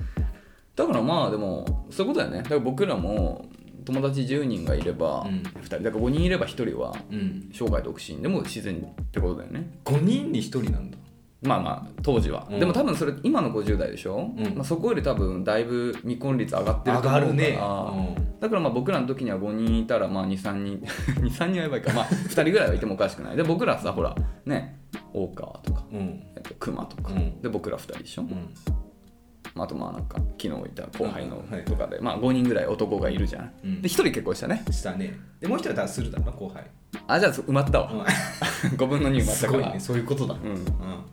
[SPEAKER 2] だからまあでもそういうことだよねだから僕らも友達10人がいれば
[SPEAKER 1] うん
[SPEAKER 2] 2人、だから5人いれば1人は
[SPEAKER 1] うん、
[SPEAKER 2] 生涯独身でも自然ってことだよね
[SPEAKER 1] 5人に1人なんだ
[SPEAKER 2] まあまあ当時は、
[SPEAKER 1] うん
[SPEAKER 2] でも多分それ今の50代でしょ、
[SPEAKER 1] うん
[SPEAKER 2] まあ、そこより多分だいぶ未婚率上がってる
[SPEAKER 1] 上
[SPEAKER 2] と思う
[SPEAKER 1] が
[SPEAKER 2] から
[SPEAKER 1] るね
[SPEAKER 2] だからまあ僕らの時には5人いたらまあ23人 23人はやばいかまあ2人ぐらいはいてもおかしくないで僕らさほらね大川とか、
[SPEAKER 1] うんうん
[SPEAKER 2] えっと、熊とか、
[SPEAKER 1] うん
[SPEAKER 2] で僕ら2人でしょ、
[SPEAKER 1] うん
[SPEAKER 2] まあ、あとまあなんか昨日いた後輩の
[SPEAKER 1] うんはい
[SPEAKER 2] とかで、まあ、5人ぐらい男がいるじゃん、
[SPEAKER 1] うん
[SPEAKER 2] で1人結婚したね
[SPEAKER 1] したねでもう一人はだからするだろうな後輩
[SPEAKER 2] あじゃあ埋まったわ、5 分の2埋まった
[SPEAKER 1] す
[SPEAKER 2] か
[SPEAKER 1] ごい
[SPEAKER 2] ら、
[SPEAKER 1] ねそういうことだ、
[SPEAKER 2] うん、
[SPEAKER 1] うん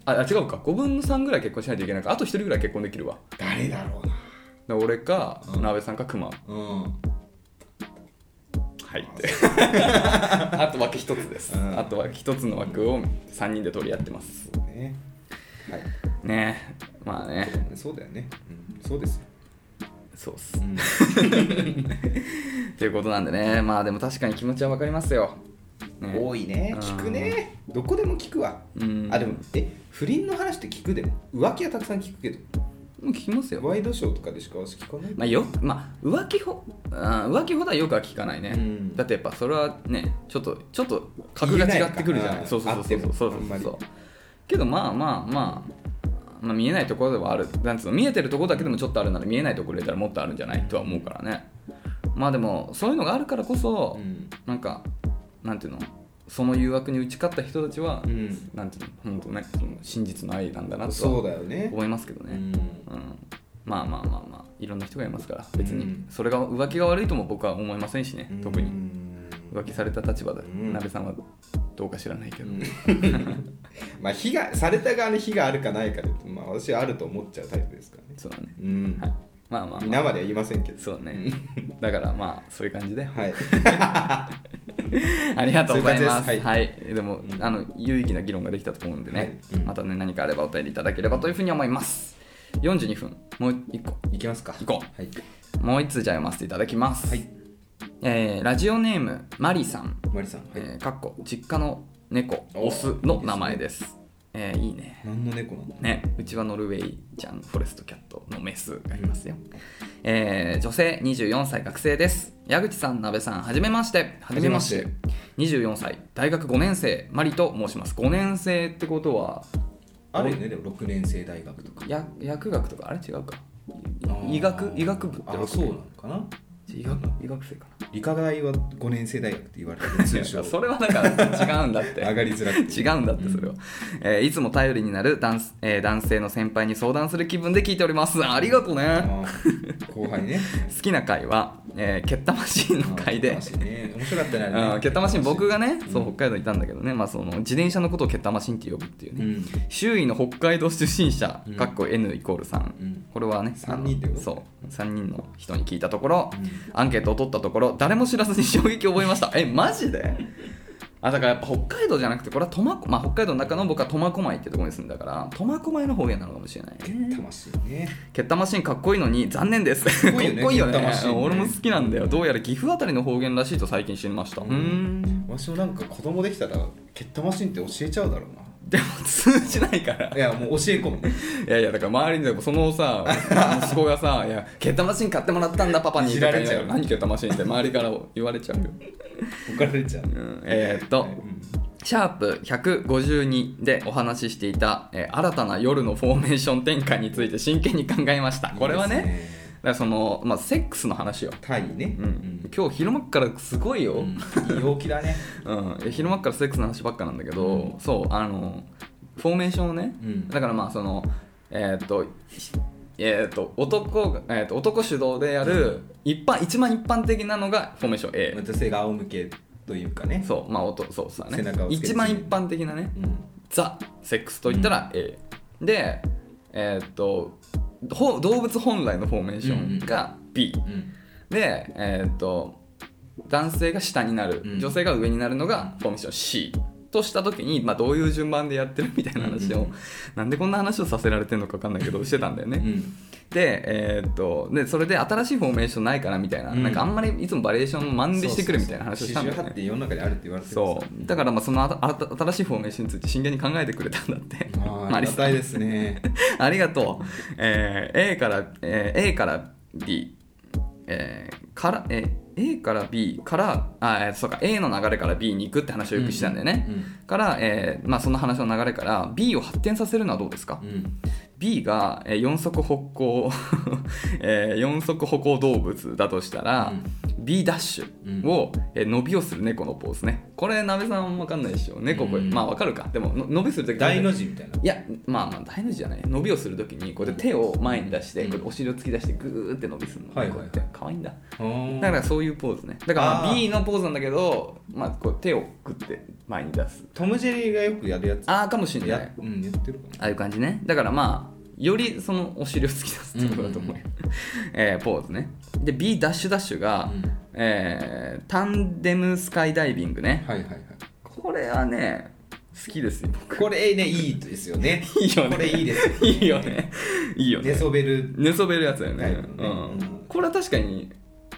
[SPEAKER 2] ああ違うか5分の3ぐらい結婚しないといけないからあと1人ぐらい結婚できるわ
[SPEAKER 1] 誰だろうな
[SPEAKER 2] で俺か、
[SPEAKER 1] うん
[SPEAKER 2] 鍋さんか熊
[SPEAKER 1] うん
[SPEAKER 2] 入って あと枠1つです、
[SPEAKER 1] うん
[SPEAKER 2] あとは1つの枠を3人で取り合ってます
[SPEAKER 1] そうねはい
[SPEAKER 2] ねえまあね
[SPEAKER 1] そうだよね、うん、そうですよ、
[SPEAKER 2] そうっす
[SPEAKER 1] うん、
[SPEAKER 2] ということなんでねまあでも確かに気持ちは分かりますよ、ね
[SPEAKER 1] 多いね
[SPEAKER 2] うん
[SPEAKER 1] 聞くねどこでも聞くわ
[SPEAKER 2] うん
[SPEAKER 1] あでもえ不倫の話って聞くでも浮気はたくさん聞くけど
[SPEAKER 2] もう聞きますよ
[SPEAKER 1] ワイドショーとかでしか私聞かない、
[SPEAKER 2] まあよまあ、浮気ほあー浮気ほどはよくは聞かないね、
[SPEAKER 1] うん
[SPEAKER 2] だってやっぱそれはねちょっとちょっと格が違ってくるじゃ
[SPEAKER 1] 言えないか
[SPEAKER 2] な
[SPEAKER 1] う
[SPEAKER 2] い
[SPEAKER 1] ん
[SPEAKER 2] そうそ
[SPEAKER 1] あ
[SPEAKER 2] うそうそう
[SPEAKER 1] っても
[SPEAKER 2] そうそ
[SPEAKER 1] あ
[SPEAKER 2] う
[SPEAKER 1] ん
[SPEAKER 2] そ
[SPEAKER 1] ま
[SPEAKER 2] う
[SPEAKER 1] り
[SPEAKER 2] そうけどまあまあまあ、まあ、見えないところではあるなんつうの見えてるところだけでもちょっとあるなら見えないところ入れたらもっとあるんじゃないとは思うからねまあでもそういうのがあるからこそ、
[SPEAKER 1] うん
[SPEAKER 2] なんかなんていうのその誘惑に打ち勝った人たちは、
[SPEAKER 1] うん、
[SPEAKER 2] なんていうの本当ねその真実の愛なんだなと
[SPEAKER 1] そ
[SPEAKER 2] は
[SPEAKER 1] うだよね
[SPEAKER 2] 思いますけどね、
[SPEAKER 1] うん
[SPEAKER 2] うん、まあまあまあまあいろんな人がいますから別
[SPEAKER 1] う
[SPEAKER 2] に
[SPEAKER 1] ん
[SPEAKER 2] それが浮気が悪いとも僕は思いませんしね特
[SPEAKER 1] う
[SPEAKER 2] に
[SPEAKER 1] ん
[SPEAKER 2] 浮気された立場で
[SPEAKER 1] うん
[SPEAKER 2] 鍋さんはどうか知らないけど、
[SPEAKER 1] まあ非がされた側に非があるかないかで、まあ、私はあると思っちゃうタイプですからね
[SPEAKER 2] そうだね
[SPEAKER 1] うん、
[SPEAKER 2] はいまあまあ、まあ、
[SPEAKER 1] 皆までは言いませんけど
[SPEAKER 2] そうねだからまあそういう感じで
[SPEAKER 1] はい
[SPEAKER 2] ありがとうございます
[SPEAKER 1] そういう感じです
[SPEAKER 2] は、
[SPEAKER 1] はい
[SPEAKER 2] でも、あの有意義な議論ができたと思うんでね、
[SPEAKER 1] はいうん
[SPEAKER 2] またね何かあればお便りいただければというふうに思います42分もう一個
[SPEAKER 1] いきますか
[SPEAKER 2] 行こ
[SPEAKER 1] はい、
[SPEAKER 2] うもう一通じゃあ読ませていただきます、
[SPEAKER 1] はい、
[SPEAKER 2] えーラジオネームマリさん
[SPEAKER 1] マリさん、はい
[SPEAKER 2] えー、かっこ実家の猫
[SPEAKER 1] お
[SPEAKER 2] オスの名前ですえーいいね
[SPEAKER 1] 何の猫なの
[SPEAKER 2] ねうちはノルウェージャンフォレストキャットのメスがいますよ、えー女性24歳学生です矢口さん鍋さんはじめましては
[SPEAKER 1] じめまして
[SPEAKER 2] 24歳大学5年生マリと申します5年生ってことは
[SPEAKER 1] あるよねでも6年生大学とか
[SPEAKER 2] や薬学とかあれ違うか
[SPEAKER 1] あー
[SPEAKER 2] 医学医学部って
[SPEAKER 1] あ
[SPEAKER 2] 六
[SPEAKER 1] そうなのかな
[SPEAKER 2] 医学医学生かな
[SPEAKER 1] 理科大は5年生大学って言われてる
[SPEAKER 2] い
[SPEAKER 1] 通
[SPEAKER 2] や
[SPEAKER 1] 称
[SPEAKER 2] それはだから違うんだっ て
[SPEAKER 1] 上がりづらくて
[SPEAKER 2] 違うんだってそれは、えーいつも頼りになる男,、えー男性の先輩に相談する気分で聞いておりますありがとうね
[SPEAKER 1] あー後輩ね
[SPEAKER 2] 好きな回は、えー、ケッタマシーンの回で
[SPEAKER 1] あーね面白かったねあれ
[SPEAKER 2] うん
[SPEAKER 1] ね
[SPEAKER 2] ケッタマシーン僕がねそう北海道にいたんだけどね、まあ、その自転車のことをケッタマシーンって呼ぶっていう
[SPEAKER 1] う
[SPEAKER 2] ね、
[SPEAKER 1] ん
[SPEAKER 2] 周囲の北海道出身者、
[SPEAKER 1] うん
[SPEAKER 2] かっこ N イコールさん、
[SPEAKER 1] うん
[SPEAKER 2] これはね
[SPEAKER 1] 三人ってこと
[SPEAKER 2] あのそう3人の人に聞いたところ、
[SPEAKER 1] うん
[SPEAKER 2] アンケートを取ったところ誰も知らずに衝撃を覚えましたえマジであだからやっぱ北海道じゃなくてこれは苫小、まあ、北海道の中の僕は苫小牧ってところに住んでたから苫小牧の方言なのかもしれない
[SPEAKER 1] 魂ね
[SPEAKER 2] ケッタマシンかっこいいのに残念です
[SPEAKER 1] っこいいよね
[SPEAKER 2] かっこいいよ
[SPEAKER 1] ケッタ
[SPEAKER 2] ね
[SPEAKER 1] マシンね
[SPEAKER 2] 俺も好きなんだよどうやら岐阜あたりの方言らしいと最近知りましたうーん
[SPEAKER 1] 私もなんか子供できたら蹴ったマシンって教えちゃうだろう
[SPEAKER 2] でも通じないから
[SPEAKER 1] ないやもう教え込 む
[SPEAKER 2] いやいやだから周りにでもそのさあの息子がさ「いやケッタマシン買ってもらったんだパパに」
[SPEAKER 1] いじられちゃう
[SPEAKER 2] とか言いなが何ケッタマシン」って周りから言われちゃうよ、
[SPEAKER 1] 怒られちゃう
[SPEAKER 2] うんえーっと、シャープ152でお話ししていた、えー新たな夜のフォーメーション転換について真剣に考えましたこれはね
[SPEAKER 1] いいです
[SPEAKER 2] だからその、まあ、セックスの話よ、
[SPEAKER 1] タイね
[SPEAKER 2] うん今日昼間っからすごいよ、
[SPEAKER 1] うんいい陽気だ ね
[SPEAKER 2] うん、いや昼間っからセックスの話ばっかなんだけど、そうあのフォーメーションをね、
[SPEAKER 1] うん
[SPEAKER 2] だからまあそのえーっとひえーっと男が、えーっと男主導でやる一般一番一般的なのがフォーメーション A、
[SPEAKER 1] 女性が仰向けというかね
[SPEAKER 2] そうまあ音そうさね
[SPEAKER 1] 背中をつけて
[SPEAKER 2] 一番一般的なね、
[SPEAKER 1] うん
[SPEAKER 2] ザ・セックスと言ったら A、でえーっとほ動物本来のフォーメーションが B、
[SPEAKER 1] うん
[SPEAKER 2] でえーっと男性が下になる、
[SPEAKER 1] うん
[SPEAKER 2] 女性が上になるのがフォーメーション C とした時に、まあ、どういう順番でやってるみたいな話を、
[SPEAKER 1] うんうん
[SPEAKER 2] なんでこんな話をさせられてるのか分かんないけどしてたんだよね、
[SPEAKER 1] うん
[SPEAKER 2] で,、えーっとでそれで新しいフォーメーションないからみたいな,、
[SPEAKER 1] うん
[SPEAKER 2] なんかあんまりいつもバリエーションをマンでしてくるみたいな話をしたんだよ
[SPEAKER 1] 四十八って
[SPEAKER 2] ね
[SPEAKER 1] 世の中であるって言われてる
[SPEAKER 2] そうだからまあそのあたあた新しいフォーメーションについて真剣に考えてくれたんだって
[SPEAKER 1] あ ー
[SPEAKER 2] マ
[SPEAKER 1] あ
[SPEAKER 2] リ
[SPEAKER 1] り
[SPEAKER 2] さ
[SPEAKER 1] が
[SPEAKER 2] ん
[SPEAKER 1] たいです ね
[SPEAKER 2] ありがとう。えー A から、えー A から B、えーからえー A から B からあえーそうか A の流れから B に行くって話をよくしてたんだよね。から、えーまあ、その話の流れから B を発展させるのはどうですか、
[SPEAKER 1] うんうん
[SPEAKER 2] B が、えー四足歩行、 えー四足歩行動物だとしたら、B ダッシュを、えー伸びをする猫のポーズねこれなべさんわかんないでしょ猫これ、
[SPEAKER 1] うん
[SPEAKER 2] まあわかるかでもの伸びするとき
[SPEAKER 1] 大の字みたいない
[SPEAKER 2] やまあまあ大の字じゃない伸びをするときにこうやって手を前に出して、
[SPEAKER 1] うん
[SPEAKER 2] こうやってお尻を突き出してグーって伸びするの、
[SPEAKER 1] はいはい
[SPEAKER 2] こ
[SPEAKER 1] は
[SPEAKER 2] う
[SPEAKER 1] い
[SPEAKER 2] やって可愛いんだ
[SPEAKER 1] だ
[SPEAKER 2] だからそういうポーズねだからまあ
[SPEAKER 1] あー
[SPEAKER 2] B のポーズなんだけど、まあ、こう手をグッて前に出す
[SPEAKER 1] トム・ジェリーがよくやるやつ
[SPEAKER 2] ああかもしれな
[SPEAKER 1] や
[SPEAKER 2] い
[SPEAKER 1] うん言ってるか
[SPEAKER 2] ああいう感じねだからまあよりそのお尻を突き出すってことだと思うよ、 えーポーズねで B ダッシュダッシュが、
[SPEAKER 1] なうん
[SPEAKER 2] えータンデムスカイダイビングね
[SPEAKER 1] はいはいはい
[SPEAKER 2] これはね好きですよ 僕
[SPEAKER 1] これねいいですよね
[SPEAKER 2] いいよね
[SPEAKER 1] これいいですよ
[SPEAKER 2] いいよねいいよね
[SPEAKER 1] 寝そべる
[SPEAKER 2] 寝そべるやつだよね、
[SPEAKER 1] タイプ
[SPEAKER 2] う
[SPEAKER 1] ね
[SPEAKER 2] ん
[SPEAKER 1] うん
[SPEAKER 2] これは確かに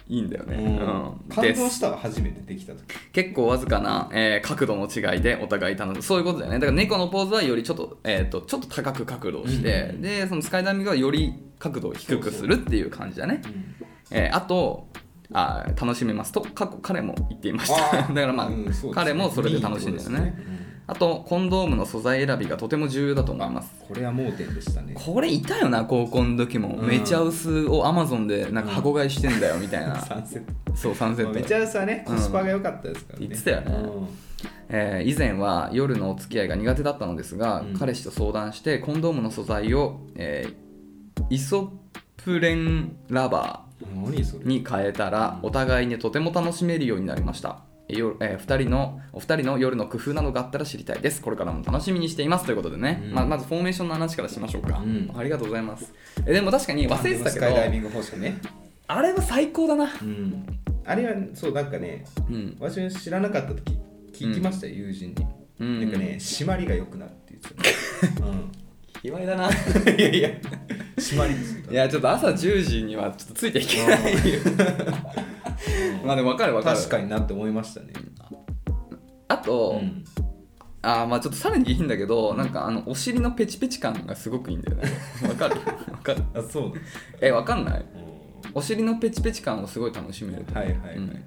[SPEAKER 2] いいんだよね、
[SPEAKER 1] うん
[SPEAKER 2] うん
[SPEAKER 1] 感
[SPEAKER 2] で
[SPEAKER 1] 動
[SPEAKER 2] す
[SPEAKER 1] したわ初めてできた時
[SPEAKER 2] 結構わずかな、えー角度の違いでお互い楽しむそういうことだよねだから猫のポーズはよりちょっと,、えー、とちょっと高く角度をして、
[SPEAKER 1] うん
[SPEAKER 2] でそのスカイダイビングはより角度を低くするっていう感じだねえーあとあー楽しめますと過去彼も言っていました だからまあ、
[SPEAKER 1] うんそうですね
[SPEAKER 2] 彼もそれで楽しん
[SPEAKER 1] い
[SPEAKER 2] でるね
[SPEAKER 1] いことですうん
[SPEAKER 2] あとコンドームの素材選びがとても重要だと思います
[SPEAKER 1] これは盲点でしたね
[SPEAKER 2] これいたよな高校の時も、
[SPEAKER 1] うん
[SPEAKER 2] めちゃ薄をアマゾンでなんか箱買いしてんだよみたいな、
[SPEAKER 1] サンセット
[SPEAKER 2] そうサンセ
[SPEAKER 1] ま
[SPEAKER 2] ッ
[SPEAKER 1] あ
[SPEAKER 2] ト
[SPEAKER 1] めちゃうさね
[SPEAKER 2] うん
[SPEAKER 1] コスパが良かったですからね
[SPEAKER 2] 言ってたよね
[SPEAKER 1] うん
[SPEAKER 2] えー以前は夜のお付き合いが苦手だったのですが、
[SPEAKER 1] うん
[SPEAKER 2] 彼氏と相談してコンドームの素材を、えーイソプレンラバ
[SPEAKER 1] 何それ
[SPEAKER 2] ーに変えたらお互いにとても楽しめるようになりましたえーよえー二人のお二人の夜の工夫などがあったら知りたいですこれからも楽しみにしていますということでね、
[SPEAKER 1] うん
[SPEAKER 2] まあまずフォーメーションの話からしましょうか、
[SPEAKER 1] うん
[SPEAKER 2] ありがとうございますえでも確かに忘れてた
[SPEAKER 1] ス
[SPEAKER 2] け
[SPEAKER 1] カイダイビ
[SPEAKER 2] ど
[SPEAKER 1] ング方式ね
[SPEAKER 2] あれは最高だな
[SPEAKER 1] うんあれはそうなんかね
[SPEAKER 2] うん
[SPEAKER 1] 私も知らなかった時聞きましたよ友人に
[SPEAKER 2] うん
[SPEAKER 1] なんかね締まりが良くなるって言ってたう
[SPEAKER 2] 卑猥だな ん
[SPEAKER 1] いやいや締まりです
[SPEAKER 2] いやちょっと朝10時にはちょっとついていけないよまあでも分かる分かる
[SPEAKER 1] 確かになって思いましたね
[SPEAKER 2] あと、
[SPEAKER 1] うん
[SPEAKER 2] あーまあちょっとさらにいいんだけどなんかあのお尻のペチペチ感がすごくいいんだよね分かる 分かる
[SPEAKER 1] あそうだ
[SPEAKER 2] え分かんない
[SPEAKER 1] うん
[SPEAKER 2] お尻のペチペチ感をすごい楽しめる
[SPEAKER 1] はいはいはい
[SPEAKER 2] うん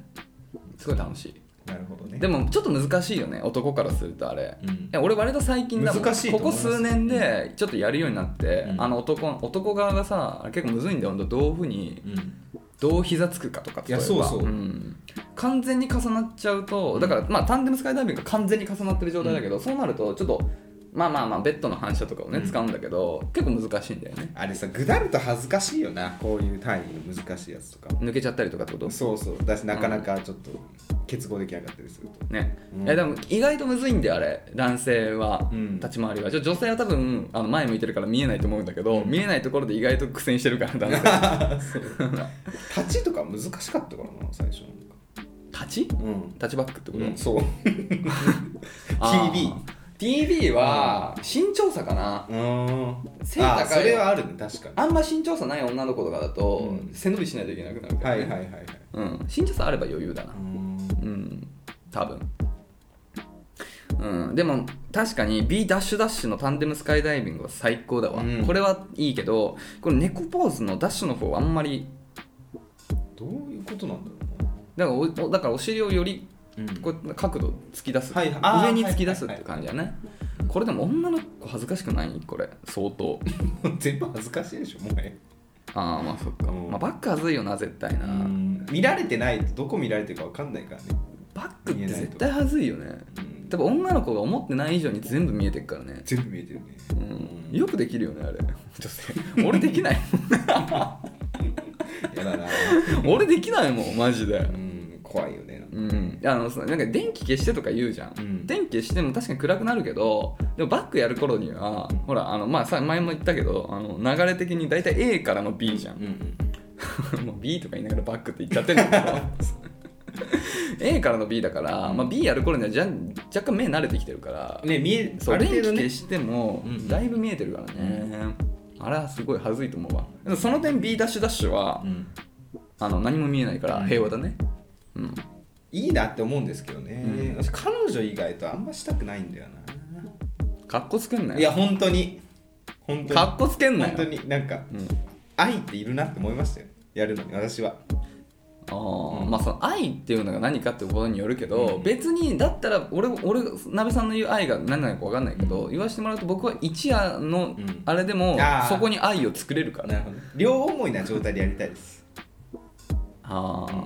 [SPEAKER 2] すごい楽しい
[SPEAKER 1] なるほどね
[SPEAKER 2] でもちょっと難しいよね男からするとあれ、
[SPEAKER 1] うん
[SPEAKER 2] いや俺割と最近だもん
[SPEAKER 1] 難しいと
[SPEAKER 2] こ
[SPEAKER 1] 思い
[SPEAKER 2] こ
[SPEAKER 1] ます
[SPEAKER 2] 数年でちょっとやるようになって、
[SPEAKER 1] うん
[SPEAKER 2] あの男男側がさあれ結構むずいんだよほんとどういうふうに
[SPEAKER 1] うん
[SPEAKER 2] どう膝つくかとか
[SPEAKER 1] いや
[SPEAKER 2] 例えば
[SPEAKER 1] そうそうん
[SPEAKER 2] 完全に重なっちゃうとだから、まあ、タンデムスカイダイビングが完全に重なってる状態だけど、そうなるとちょっとまあまあまあベッドの反射とかをね、
[SPEAKER 1] うん
[SPEAKER 2] 使うんだけど結構難しいんだよね
[SPEAKER 1] あれさぐだると恥ずかしいよなこういう単位の難しいやつとか
[SPEAKER 2] 抜けちゃったりとかってこと
[SPEAKER 1] そうそうだしなかなかちょっと結合できなかったりすると
[SPEAKER 2] ね
[SPEAKER 1] うん
[SPEAKER 2] えでも意外とむずいんだよあれ男性は、
[SPEAKER 1] うん
[SPEAKER 2] 立ち回りはちょ女性は多分あの前向いてるから見えないと思うんだけど、見えないところで意外と苦戦してるから男性
[SPEAKER 1] 立ちとか難しかったからな最初なんか
[SPEAKER 2] 立ち
[SPEAKER 1] うん
[SPEAKER 2] タッチバックってこと、
[SPEAKER 1] うんそう
[SPEAKER 2] TV TV は身長差かな
[SPEAKER 1] うん
[SPEAKER 2] 背高い
[SPEAKER 1] あそれはあるね確かに
[SPEAKER 2] あんま身長差ない女の子とかだと、
[SPEAKER 1] うん
[SPEAKER 2] 背伸びしないといけなくなるか
[SPEAKER 1] は
[SPEAKER 2] ら、
[SPEAKER 1] い
[SPEAKER 2] ね
[SPEAKER 1] はいはいはい
[SPEAKER 2] うん、身長差あれば余裕だな
[SPEAKER 1] うん
[SPEAKER 2] うん多分うん、でも確かに B ダッシュダッシュのタンデムスカイダイビングは最高だわ、
[SPEAKER 1] うん
[SPEAKER 2] これはいいけどこの猫ポーズのダッシュの方はあんまり
[SPEAKER 1] どういうことなんだろ
[SPEAKER 2] だからおだからお尻をより
[SPEAKER 1] うな
[SPEAKER 2] こ
[SPEAKER 1] こ
[SPEAKER 2] う角度突き出す、
[SPEAKER 1] はいあー
[SPEAKER 2] 上に突き出すっていう感じだね、これでも女の子恥ずかしくないこれ相当
[SPEAKER 1] れ全部恥ずかしいでしょもうや
[SPEAKER 2] ああまあそっか、
[SPEAKER 1] うん
[SPEAKER 2] まあ、バック恥ずいよな絶対な、
[SPEAKER 1] 見られてないとどこ見られてるかわかんないからね
[SPEAKER 2] バックって絶対恥ずいよね
[SPEAKER 1] うん
[SPEAKER 2] 多分女の子が思ってない以上に全部見えてるからね、
[SPEAKER 1] 全部見えてるね
[SPEAKER 2] うん、よくできるよねあれ女性俺できない
[SPEAKER 1] やだな
[SPEAKER 2] もん俺できないもんマジで
[SPEAKER 1] うん怖いよねなんか
[SPEAKER 2] うん、あのそのなんか電気消してとか言うじゃん、
[SPEAKER 1] うん
[SPEAKER 2] 電気消しても確かに暗くなるけどでもバックやる頃にはほらあの、まあ、さ前も言ったけどあの流れ的に大体 A からの B じゃん
[SPEAKER 1] う、ん
[SPEAKER 2] もう B とか言いながらバックって言っちゃってるんだけど A からの B だから、まあ、B やる頃にはじゃん若干目慣れてきてるから、
[SPEAKER 1] ね見え
[SPEAKER 2] そう
[SPEAKER 1] ある
[SPEAKER 2] 電
[SPEAKER 1] 程
[SPEAKER 2] 気
[SPEAKER 1] 度
[SPEAKER 2] 消
[SPEAKER 1] ね
[SPEAKER 2] しても
[SPEAKER 1] うん
[SPEAKER 2] だいぶ見えてるからね、あれはすごい恥ずいと思うわでもその点 B ダッシュダッシュは、
[SPEAKER 1] うん
[SPEAKER 2] あの何も見えないから平和だねうん
[SPEAKER 1] いいなって思うんですけどね、
[SPEAKER 2] う
[SPEAKER 1] 私彼女以外とあんましたくないんだよ
[SPEAKER 2] かっこつけん
[SPEAKER 1] な
[SPEAKER 2] なよ
[SPEAKER 1] いや本当に本当に
[SPEAKER 2] かっこつけんなよ
[SPEAKER 1] 本当になんか
[SPEAKER 2] うん、
[SPEAKER 1] 愛っているなって思いましたよやるのに私は
[SPEAKER 2] あーまあその愛っていうのが何かってことによるけど、
[SPEAKER 1] うん
[SPEAKER 2] 別にだったら俺俺なべさんの言う愛が何なのか分かんないけど、言わせてもらうと僕は一夜の
[SPEAKER 1] うん
[SPEAKER 2] あれでも
[SPEAKER 1] あー
[SPEAKER 2] そこに愛を作れるから、
[SPEAKER 1] なるほど両思いな状態でやりたいです
[SPEAKER 2] ああど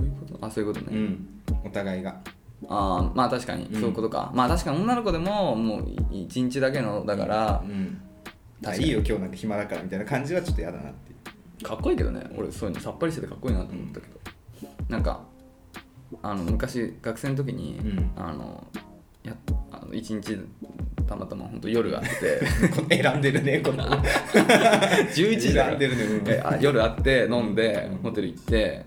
[SPEAKER 2] ういうことあそういうことね、
[SPEAKER 1] んお互いが
[SPEAKER 2] あーまあ確かに
[SPEAKER 1] うん
[SPEAKER 2] そういうことか、まあ確かに女の子でももう一日だけのだから
[SPEAKER 1] うん
[SPEAKER 2] 確かに
[SPEAKER 1] いいよ今日なんて暇だからみたいな感じはちょっと嫌だなっていう
[SPEAKER 2] かっこいいけどね俺そういうのさっぱりしててかっこいいなと思ったけど、なんかあの昔学生の時に、
[SPEAKER 1] うん
[SPEAKER 2] あのやあの一日たまたま本当夜あって
[SPEAKER 1] この選んでる ねこの
[SPEAKER 2] 11時だ
[SPEAKER 1] 選
[SPEAKER 2] か
[SPEAKER 1] んでるね うん
[SPEAKER 2] えあ夜あって飲んでホテル行って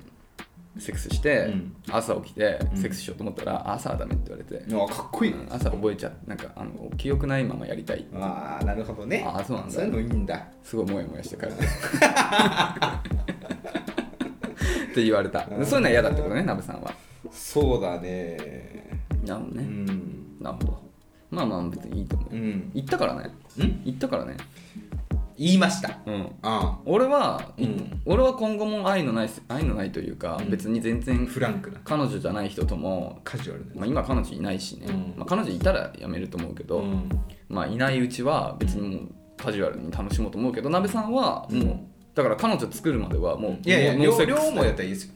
[SPEAKER 2] セックスして、
[SPEAKER 1] うん
[SPEAKER 2] 朝起きて
[SPEAKER 1] うん
[SPEAKER 2] セックスしようと思ったら、朝はダメって言われて、
[SPEAKER 1] あかっこいい、
[SPEAKER 2] うん朝覚えちゃなんかあの記憶ないままやりたい
[SPEAKER 1] ああなるほどね
[SPEAKER 2] あーそうなんだ
[SPEAKER 1] そういうのいいんだ
[SPEAKER 2] すごいモヤモヤして帰る って言われたそういうのは嫌だってことねナベさんは
[SPEAKER 1] そうだね
[SPEAKER 2] なるほど
[SPEAKER 1] う
[SPEAKER 2] ね、
[SPEAKER 1] ん
[SPEAKER 2] なるほどまあまあ別にいいと思う
[SPEAKER 1] うん
[SPEAKER 2] 行ったからね
[SPEAKER 1] ん
[SPEAKER 2] 行ったからね
[SPEAKER 1] 言いました
[SPEAKER 2] うん
[SPEAKER 1] あ
[SPEAKER 2] 俺は、
[SPEAKER 1] うん
[SPEAKER 2] 俺は今後も愛のない愛のないというか、
[SPEAKER 1] うん
[SPEAKER 2] 別に全然
[SPEAKER 1] あフランクな
[SPEAKER 2] 彼女じゃない人とも、
[SPEAKER 1] カジュアルな
[SPEAKER 2] まあ、今彼女いないしね、
[SPEAKER 1] うん
[SPEAKER 2] まあ、彼女いたらやめると思うけど、
[SPEAKER 1] うん
[SPEAKER 2] まあ、いないうちは別にもうカジュアルに楽しもうと思うけど鍋さんはもう、
[SPEAKER 1] うん
[SPEAKER 2] だから彼女作るまではもう
[SPEAKER 1] いやいや
[SPEAKER 2] ノー
[SPEAKER 1] 両
[SPEAKER 2] セッ
[SPEAKER 1] 両
[SPEAKER 2] クス
[SPEAKER 1] 思いだったらいいですよ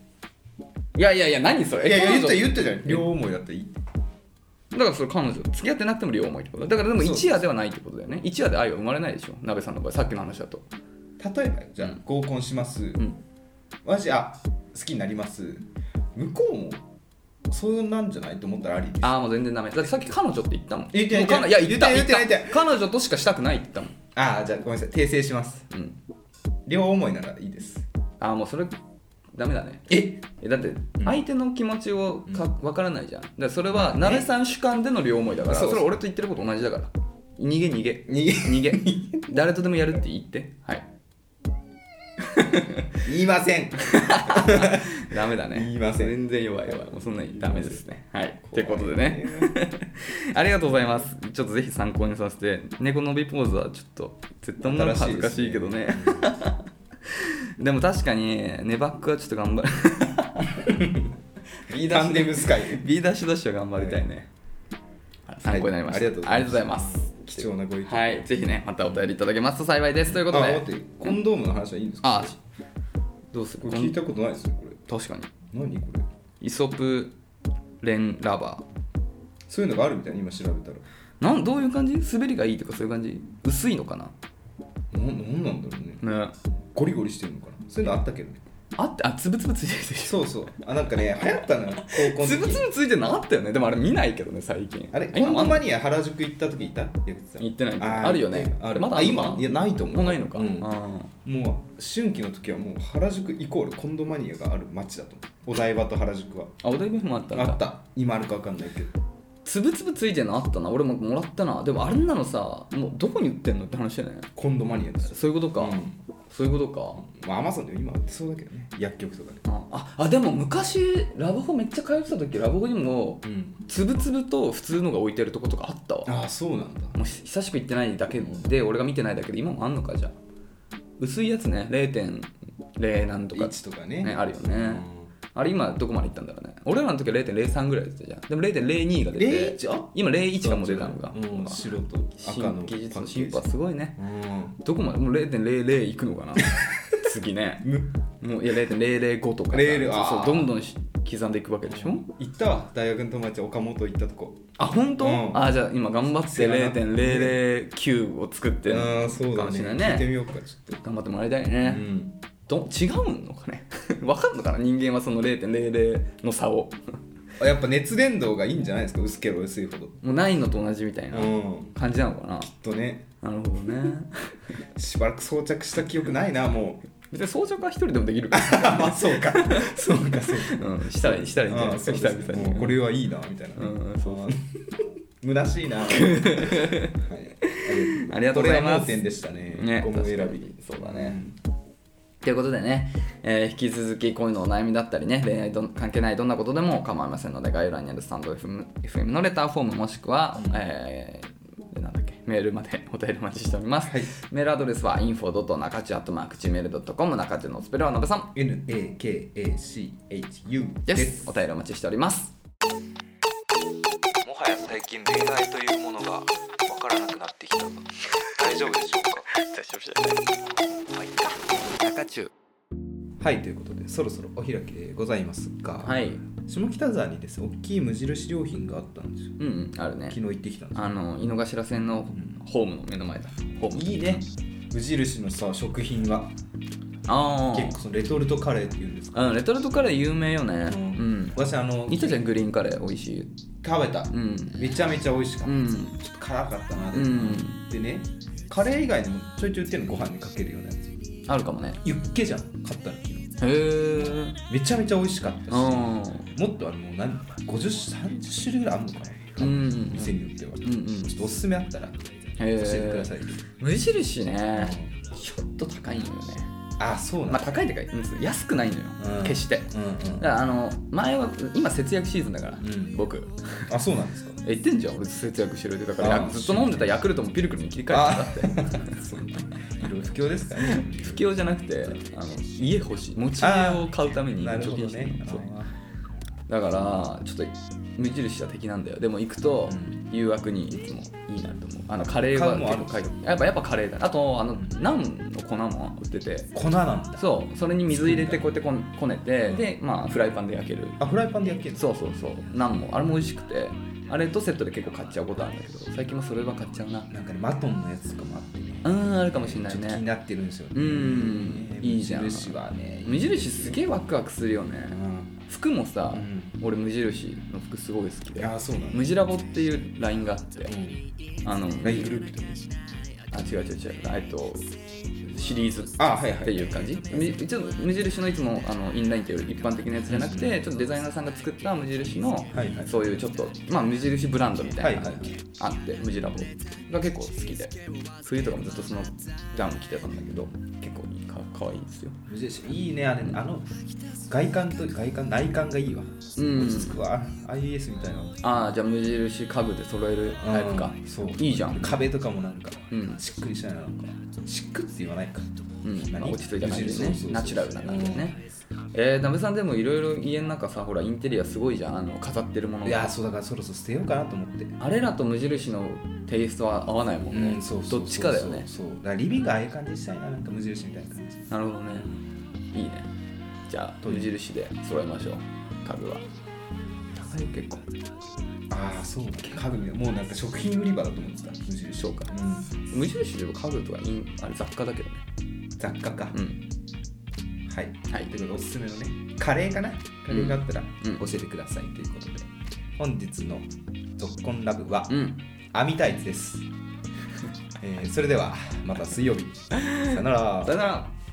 [SPEAKER 2] いやいやいや何それ
[SPEAKER 1] いやいや
[SPEAKER 2] 彼
[SPEAKER 1] 言った言っ
[SPEAKER 2] 女
[SPEAKER 1] たじゃん両思いだったらいい
[SPEAKER 2] だからそれ彼女付き合ってなくても両思いってことだからでも
[SPEAKER 1] そう
[SPEAKER 2] 一夜ではないってことだよね一夜で愛は生まれないでしょ鍋さんの場合さっきの話だと
[SPEAKER 1] 例えばよじゃあ、
[SPEAKER 2] うん
[SPEAKER 1] 合コンします、
[SPEAKER 2] ん
[SPEAKER 1] 私あ好きになります向こうもそうなんじゃないと思ったらありです
[SPEAKER 2] ああもう全然ダメだってさっき彼女って言ったもん
[SPEAKER 1] 言ってない
[SPEAKER 2] もう彼女いや言った
[SPEAKER 1] 言
[SPEAKER 2] 言
[SPEAKER 1] っ
[SPEAKER 2] ってた
[SPEAKER 1] ない言って
[SPEAKER 2] 彼女としかしたくないって言っ
[SPEAKER 1] ああじゃあごめんなさい訂正します
[SPEAKER 2] たもん、うん、
[SPEAKER 1] 両思いならいいです
[SPEAKER 2] ああもうそれダメだね
[SPEAKER 1] え
[SPEAKER 2] えだって相手の気持ちをか分からないじゃんだからそれは
[SPEAKER 1] まあね
[SPEAKER 2] 鍋さん主観での両思いだから
[SPEAKER 1] そ
[SPEAKER 2] そう
[SPEAKER 1] そう
[SPEAKER 2] れは俺と言ってること同じだから逃げ逃げ
[SPEAKER 1] 逃げ
[SPEAKER 2] 逃げ 誰とでもやるって言ってはい
[SPEAKER 1] 言いません
[SPEAKER 2] ダメだね
[SPEAKER 1] 言いません
[SPEAKER 2] 全然弱い弱いもうそんなにダメですねはい ってことで
[SPEAKER 1] 怖
[SPEAKER 2] ねありがとうございますちょっとぜひ参考にさせて猫のびポーズはちょっと絶対女の子恥ずかしいけどねでも確かにネバックはちょっと頑張 る
[SPEAKER 1] タンデムスカイ
[SPEAKER 2] B ダッシュダッシュは頑張りたいね、参考になりました、
[SPEAKER 1] はいありがとうございます
[SPEAKER 2] ます
[SPEAKER 1] 貴重なご意見、
[SPEAKER 2] はいぜひねまたお便りいただけますと幸いですという
[SPEAKER 1] あ
[SPEAKER 2] こと
[SPEAKER 1] 待
[SPEAKER 2] で
[SPEAKER 1] ってコンドームの話はいいんですか
[SPEAKER 2] あどうす
[SPEAKER 1] こ
[SPEAKER 2] る
[SPEAKER 1] れ聞いたことないですよこれ
[SPEAKER 2] 確かに
[SPEAKER 1] 何これ
[SPEAKER 2] イソプレンラバー
[SPEAKER 1] そういうのがあるみたいな今調べたら
[SPEAKER 2] なんどういう感じ滑りがいいとかそういう感じ薄いのかな
[SPEAKER 1] ななんなんだろうね
[SPEAKER 2] ね
[SPEAKER 1] ゴリゴリしてるのかなそういうのあったけどね
[SPEAKER 2] あってあつぶつぶついて るでしょ
[SPEAKER 1] そうそうあなんかね流行ったのよ高校の
[SPEAKER 2] つ
[SPEAKER 1] 時
[SPEAKER 2] ぶつぶついてなかったよねでもあれ見ないけどね最近
[SPEAKER 1] あれ
[SPEAKER 2] 今
[SPEAKER 1] コン
[SPEAKER 2] もあ
[SPEAKER 1] ド
[SPEAKER 2] んの
[SPEAKER 1] マニア原宿行った時いた行
[SPEAKER 2] 行ってないあるよね
[SPEAKER 1] ある
[SPEAKER 2] まだ
[SPEAKER 1] あ
[SPEAKER 2] あるのか
[SPEAKER 1] 今いやないと思う
[SPEAKER 2] もうないのか、
[SPEAKER 1] うん
[SPEAKER 2] あ
[SPEAKER 1] もう春季の時はもう原宿イコールコンドマニアがある街だと思うお台場と原宿は
[SPEAKER 2] ーあお台場にもあったんだ
[SPEAKER 1] あった今あるか分かんないけど
[SPEAKER 2] つぶつぶついてるのあったな俺ももらったなでもあんなのさもうどこに売ってんのって話だよね
[SPEAKER 1] コンドマニアですよ
[SPEAKER 2] そういうことか、
[SPEAKER 1] うん
[SPEAKER 2] そういうこと
[SPEAKER 1] まあアマゾンで今売ってそうだけどね薬局とかで
[SPEAKER 2] かああでも昔ラブホめっちゃ通ってた時ラブホにも
[SPEAKER 1] うん
[SPEAKER 2] つぶつぶと普通のが置いてるとことかあったわ
[SPEAKER 1] ああそうなんだ
[SPEAKER 2] もう久しく行ってないだけで俺が見てないだけで今もあんのかじゃあ薄いやつね0.0なんとか、
[SPEAKER 1] 1とかね
[SPEAKER 2] ね、あるよね、
[SPEAKER 1] うん
[SPEAKER 2] あれ今どこまで行ったんだろうね俺らの時は0.03ぐらいだったじゃんでも0.02が出て
[SPEAKER 1] 01あ
[SPEAKER 2] 今01がもう出たのが、
[SPEAKER 1] うん白と赤の
[SPEAKER 2] 新技術の進歩はすごいね
[SPEAKER 1] うん
[SPEAKER 2] どこまでもう0.00いく のかな次ね
[SPEAKER 1] む
[SPEAKER 2] もういや0.005とかさ
[SPEAKER 1] 00あー
[SPEAKER 2] そうどんどんし刻んでいくわけでしょ、
[SPEAKER 1] 行ったわ大学の友達岡本行ったとこ
[SPEAKER 2] あ本当、
[SPEAKER 1] うん
[SPEAKER 2] あじゃあ今頑張って
[SPEAKER 1] 世話になって
[SPEAKER 2] 0.009を作って
[SPEAKER 1] ああそう
[SPEAKER 2] か
[SPEAKER 1] だ
[SPEAKER 2] も
[SPEAKER 1] ね
[SPEAKER 2] しれない
[SPEAKER 1] 聞いて
[SPEAKER 2] ね
[SPEAKER 1] みようかちょっと
[SPEAKER 2] 頑張ってもらいたいうね、
[SPEAKER 1] ん
[SPEAKER 2] ど違うのかね わかんのかな人間はその0.00の差を
[SPEAKER 1] あやっぱ熱伝導がいいんじゃないですか薄ければ薄いほど
[SPEAKER 2] もうないのと同じみたいな
[SPEAKER 1] うん
[SPEAKER 2] 感じなのかな、
[SPEAKER 1] とね
[SPEAKER 2] なるほど ね
[SPEAKER 1] しばらく装着した記憶ないなも う
[SPEAKER 2] 別に装着は一人でもできるから、
[SPEAKER 1] まあ そうかそうかそうか
[SPEAKER 2] うん、したらいいしたらいいんじゃな
[SPEAKER 1] あ
[SPEAKER 2] いです
[SPEAKER 1] そ
[SPEAKER 2] か
[SPEAKER 1] う
[SPEAKER 2] した
[SPEAKER 1] で
[SPEAKER 2] らいい
[SPEAKER 1] す
[SPEAKER 2] した
[SPEAKER 1] ね
[SPEAKER 2] らいい
[SPEAKER 1] もうこれはいいなみたいなね
[SPEAKER 2] うんそう
[SPEAKER 1] あー虚しい なはい
[SPEAKER 2] ありがとうございま
[SPEAKER 1] これは
[SPEAKER 2] す
[SPEAKER 1] 盲点でしたね
[SPEAKER 2] ね
[SPEAKER 1] ゴム選び
[SPEAKER 2] 確かにそうだねということでね、えー引き続き恋のお悩みだったりね恋愛と関係ないどんなことでも構いませんので概要欄にあるスタンド FM, FM のレターフォームもしくは、えーなんだっけメールまでお便りお待ちしております、
[SPEAKER 1] はい
[SPEAKER 2] メールアドレスは info.nakachi.gmail.com 中地のスペルはのべさん
[SPEAKER 1] NAKACHU
[SPEAKER 2] で
[SPEAKER 1] ですす
[SPEAKER 2] お便りお待ちしております
[SPEAKER 3] もはや最近恋愛というものがわからなくなってきた大丈夫でしょうか大丈夫じゃない
[SPEAKER 2] 中中
[SPEAKER 1] はいということでそろそろお開きでございますが、
[SPEAKER 2] はい
[SPEAKER 1] 下北沢にですね大きい無印良品があったんですよ
[SPEAKER 2] うんうんあるね
[SPEAKER 1] 昨日行ってきたんですよ
[SPEAKER 2] あの井の頭線のホームの目の前だホーム
[SPEAKER 1] いいね無印のさ食品が
[SPEAKER 2] ああ
[SPEAKER 1] 結構そのレトルトカレーっていうんですか、
[SPEAKER 2] あのレトルトカレー有名よねう
[SPEAKER 1] うん
[SPEAKER 2] ん
[SPEAKER 1] 私あの
[SPEAKER 2] いたじゃんグリーンカレー美味しい
[SPEAKER 1] 食べた、
[SPEAKER 2] うん
[SPEAKER 1] めちゃめちゃ美味しかっ
[SPEAKER 2] う
[SPEAKER 1] た、
[SPEAKER 2] ん
[SPEAKER 1] ちょっと辛かったなで,、
[SPEAKER 2] うん
[SPEAKER 1] でねカレー以外にもちょいちょい売ってるのご飯にかけるようなやつ
[SPEAKER 2] あるかもね
[SPEAKER 1] ユッケじゃん買ったの昨日
[SPEAKER 2] へえ
[SPEAKER 1] めちゃめちゃ美味しかったし、
[SPEAKER 2] うん
[SPEAKER 1] もっとあのもう何50 30種類ぐらいあるのかな、
[SPEAKER 2] うん
[SPEAKER 1] 店によっては、
[SPEAKER 2] うんうん
[SPEAKER 1] ちょっとおすすめあったら教えてください、
[SPEAKER 2] 無印ねちょっと高いのよね
[SPEAKER 1] あそうなん
[SPEAKER 2] まあ
[SPEAKER 1] だ、
[SPEAKER 2] 高いってかうん安くないのよ
[SPEAKER 1] うん
[SPEAKER 2] 決して
[SPEAKER 1] うんうん
[SPEAKER 2] だからあの前は今節約シーズンだから
[SPEAKER 1] ん
[SPEAKER 2] 僕
[SPEAKER 1] あそうなんですか
[SPEAKER 2] え言ってんじゃん俺節約してるってだから
[SPEAKER 1] あ
[SPEAKER 2] やずっと飲んでたヤクルトもピルクルに切り替えたんだって
[SPEAKER 1] そういろいろ不況ですからね
[SPEAKER 2] 不況じゃなくてあの家欲しい持ち家を買うために
[SPEAKER 1] なるほ
[SPEAKER 2] 貯
[SPEAKER 1] ど
[SPEAKER 2] 金してる
[SPEAKER 1] ね
[SPEAKER 2] そうだからちょっと無印は敵なんだよでも行くと
[SPEAKER 1] うん
[SPEAKER 2] 誘惑にいつもいいなと思うあのカレーは
[SPEAKER 1] 買うもんある
[SPEAKER 2] 結構買いやっぱやっぱカレーだあとあのナンの粉も売ってて
[SPEAKER 1] 粉なんだ
[SPEAKER 2] そうそれに水入れてこうやってこんこねて
[SPEAKER 1] うん
[SPEAKER 2] でまあフライパンで焼ける
[SPEAKER 1] あフライパンで焼ける
[SPEAKER 2] そうそうそうナンもあれも美味しくてあれとセットで結構買っちゃうことあるんだけど最近もそれは買っちゃうな
[SPEAKER 1] なんかねマトンのやつとかもあってね
[SPEAKER 2] うーんあるかもしれな
[SPEAKER 1] ちょ
[SPEAKER 2] い
[SPEAKER 1] っと気に
[SPEAKER 2] ね
[SPEAKER 1] なってるんですよね
[SPEAKER 2] うん
[SPEAKER 1] ね
[SPEAKER 2] いいじゃん
[SPEAKER 1] 無印はね
[SPEAKER 2] 無印すげえワクワクするよね
[SPEAKER 1] うん
[SPEAKER 2] 服もさ、
[SPEAKER 1] うん
[SPEAKER 2] 俺無印の服すごい好きで
[SPEAKER 1] あそうなんだ
[SPEAKER 2] 無ジラボっていうラインがあって
[SPEAKER 1] うん
[SPEAKER 2] あの
[SPEAKER 1] ライングループとか
[SPEAKER 2] あ違う違う違うえっとシリーズっ
[SPEAKER 1] あはいは
[SPEAKER 2] ていう感じみちょっと無印のいつもあのインラインっていう一般的なやつじゃなくてちょっとデザイナーさんが作った無印の、
[SPEAKER 1] はいはい
[SPEAKER 2] そういうちょっとまあ無印ブランドみたいなのが
[SPEAKER 1] はいはいは
[SPEAKER 2] あって無地ラボが結構好きで冬とかもずっとそのジャン着てたんだけど結構いいかかわいいんですよ
[SPEAKER 1] 無印いいねあれあの外観と外観内観がいいわ落
[SPEAKER 2] うん
[SPEAKER 1] ち着くわ IES みたいな
[SPEAKER 2] ああじゃあ無印家具で揃えるタイプか
[SPEAKER 1] うんそう
[SPEAKER 2] いいじゃん
[SPEAKER 1] 壁とかもなんか
[SPEAKER 2] うん
[SPEAKER 1] しっくりしたいななんかしっくって言わないか
[SPEAKER 2] うんまあ、
[SPEAKER 1] 何
[SPEAKER 2] 落ち着いた感じで
[SPEAKER 1] そう
[SPEAKER 2] ね
[SPEAKER 1] そうそう
[SPEAKER 2] ナチュラルな感じでねえー、ダメさんでもいろいろ家の中さほらインテリアすごいじゃんあの飾ってるもの
[SPEAKER 1] いやーそうだからそろそろ捨てようかなと思って
[SPEAKER 2] あれらと無印のテイストは合わないもんね、どっちかだよね
[SPEAKER 1] そうだからリビングああいう感じにしたいななんか無印みたいな感じ
[SPEAKER 2] なるほどねいいねじゃあ
[SPEAKER 1] どういう
[SPEAKER 2] 無印で揃えましょう家具は高いよ結構
[SPEAKER 1] ああそうだ家具ねもうなんか食品売り場だと思ってた無印
[SPEAKER 2] そうか
[SPEAKER 1] うん
[SPEAKER 2] 無印でも家具とかインあれ雑貨だけどね
[SPEAKER 1] 雑貨か、
[SPEAKER 2] うん
[SPEAKER 1] はい
[SPEAKER 2] はい
[SPEAKER 1] ということでおすすめのねカレーかなカレーがあったら
[SPEAKER 2] うん
[SPEAKER 1] 教えてくださいということで、本日の「ぞっこんラブ」は
[SPEAKER 2] うん
[SPEAKER 1] 網タイツです、えーそれではまた水曜日さよなら
[SPEAKER 2] さよなら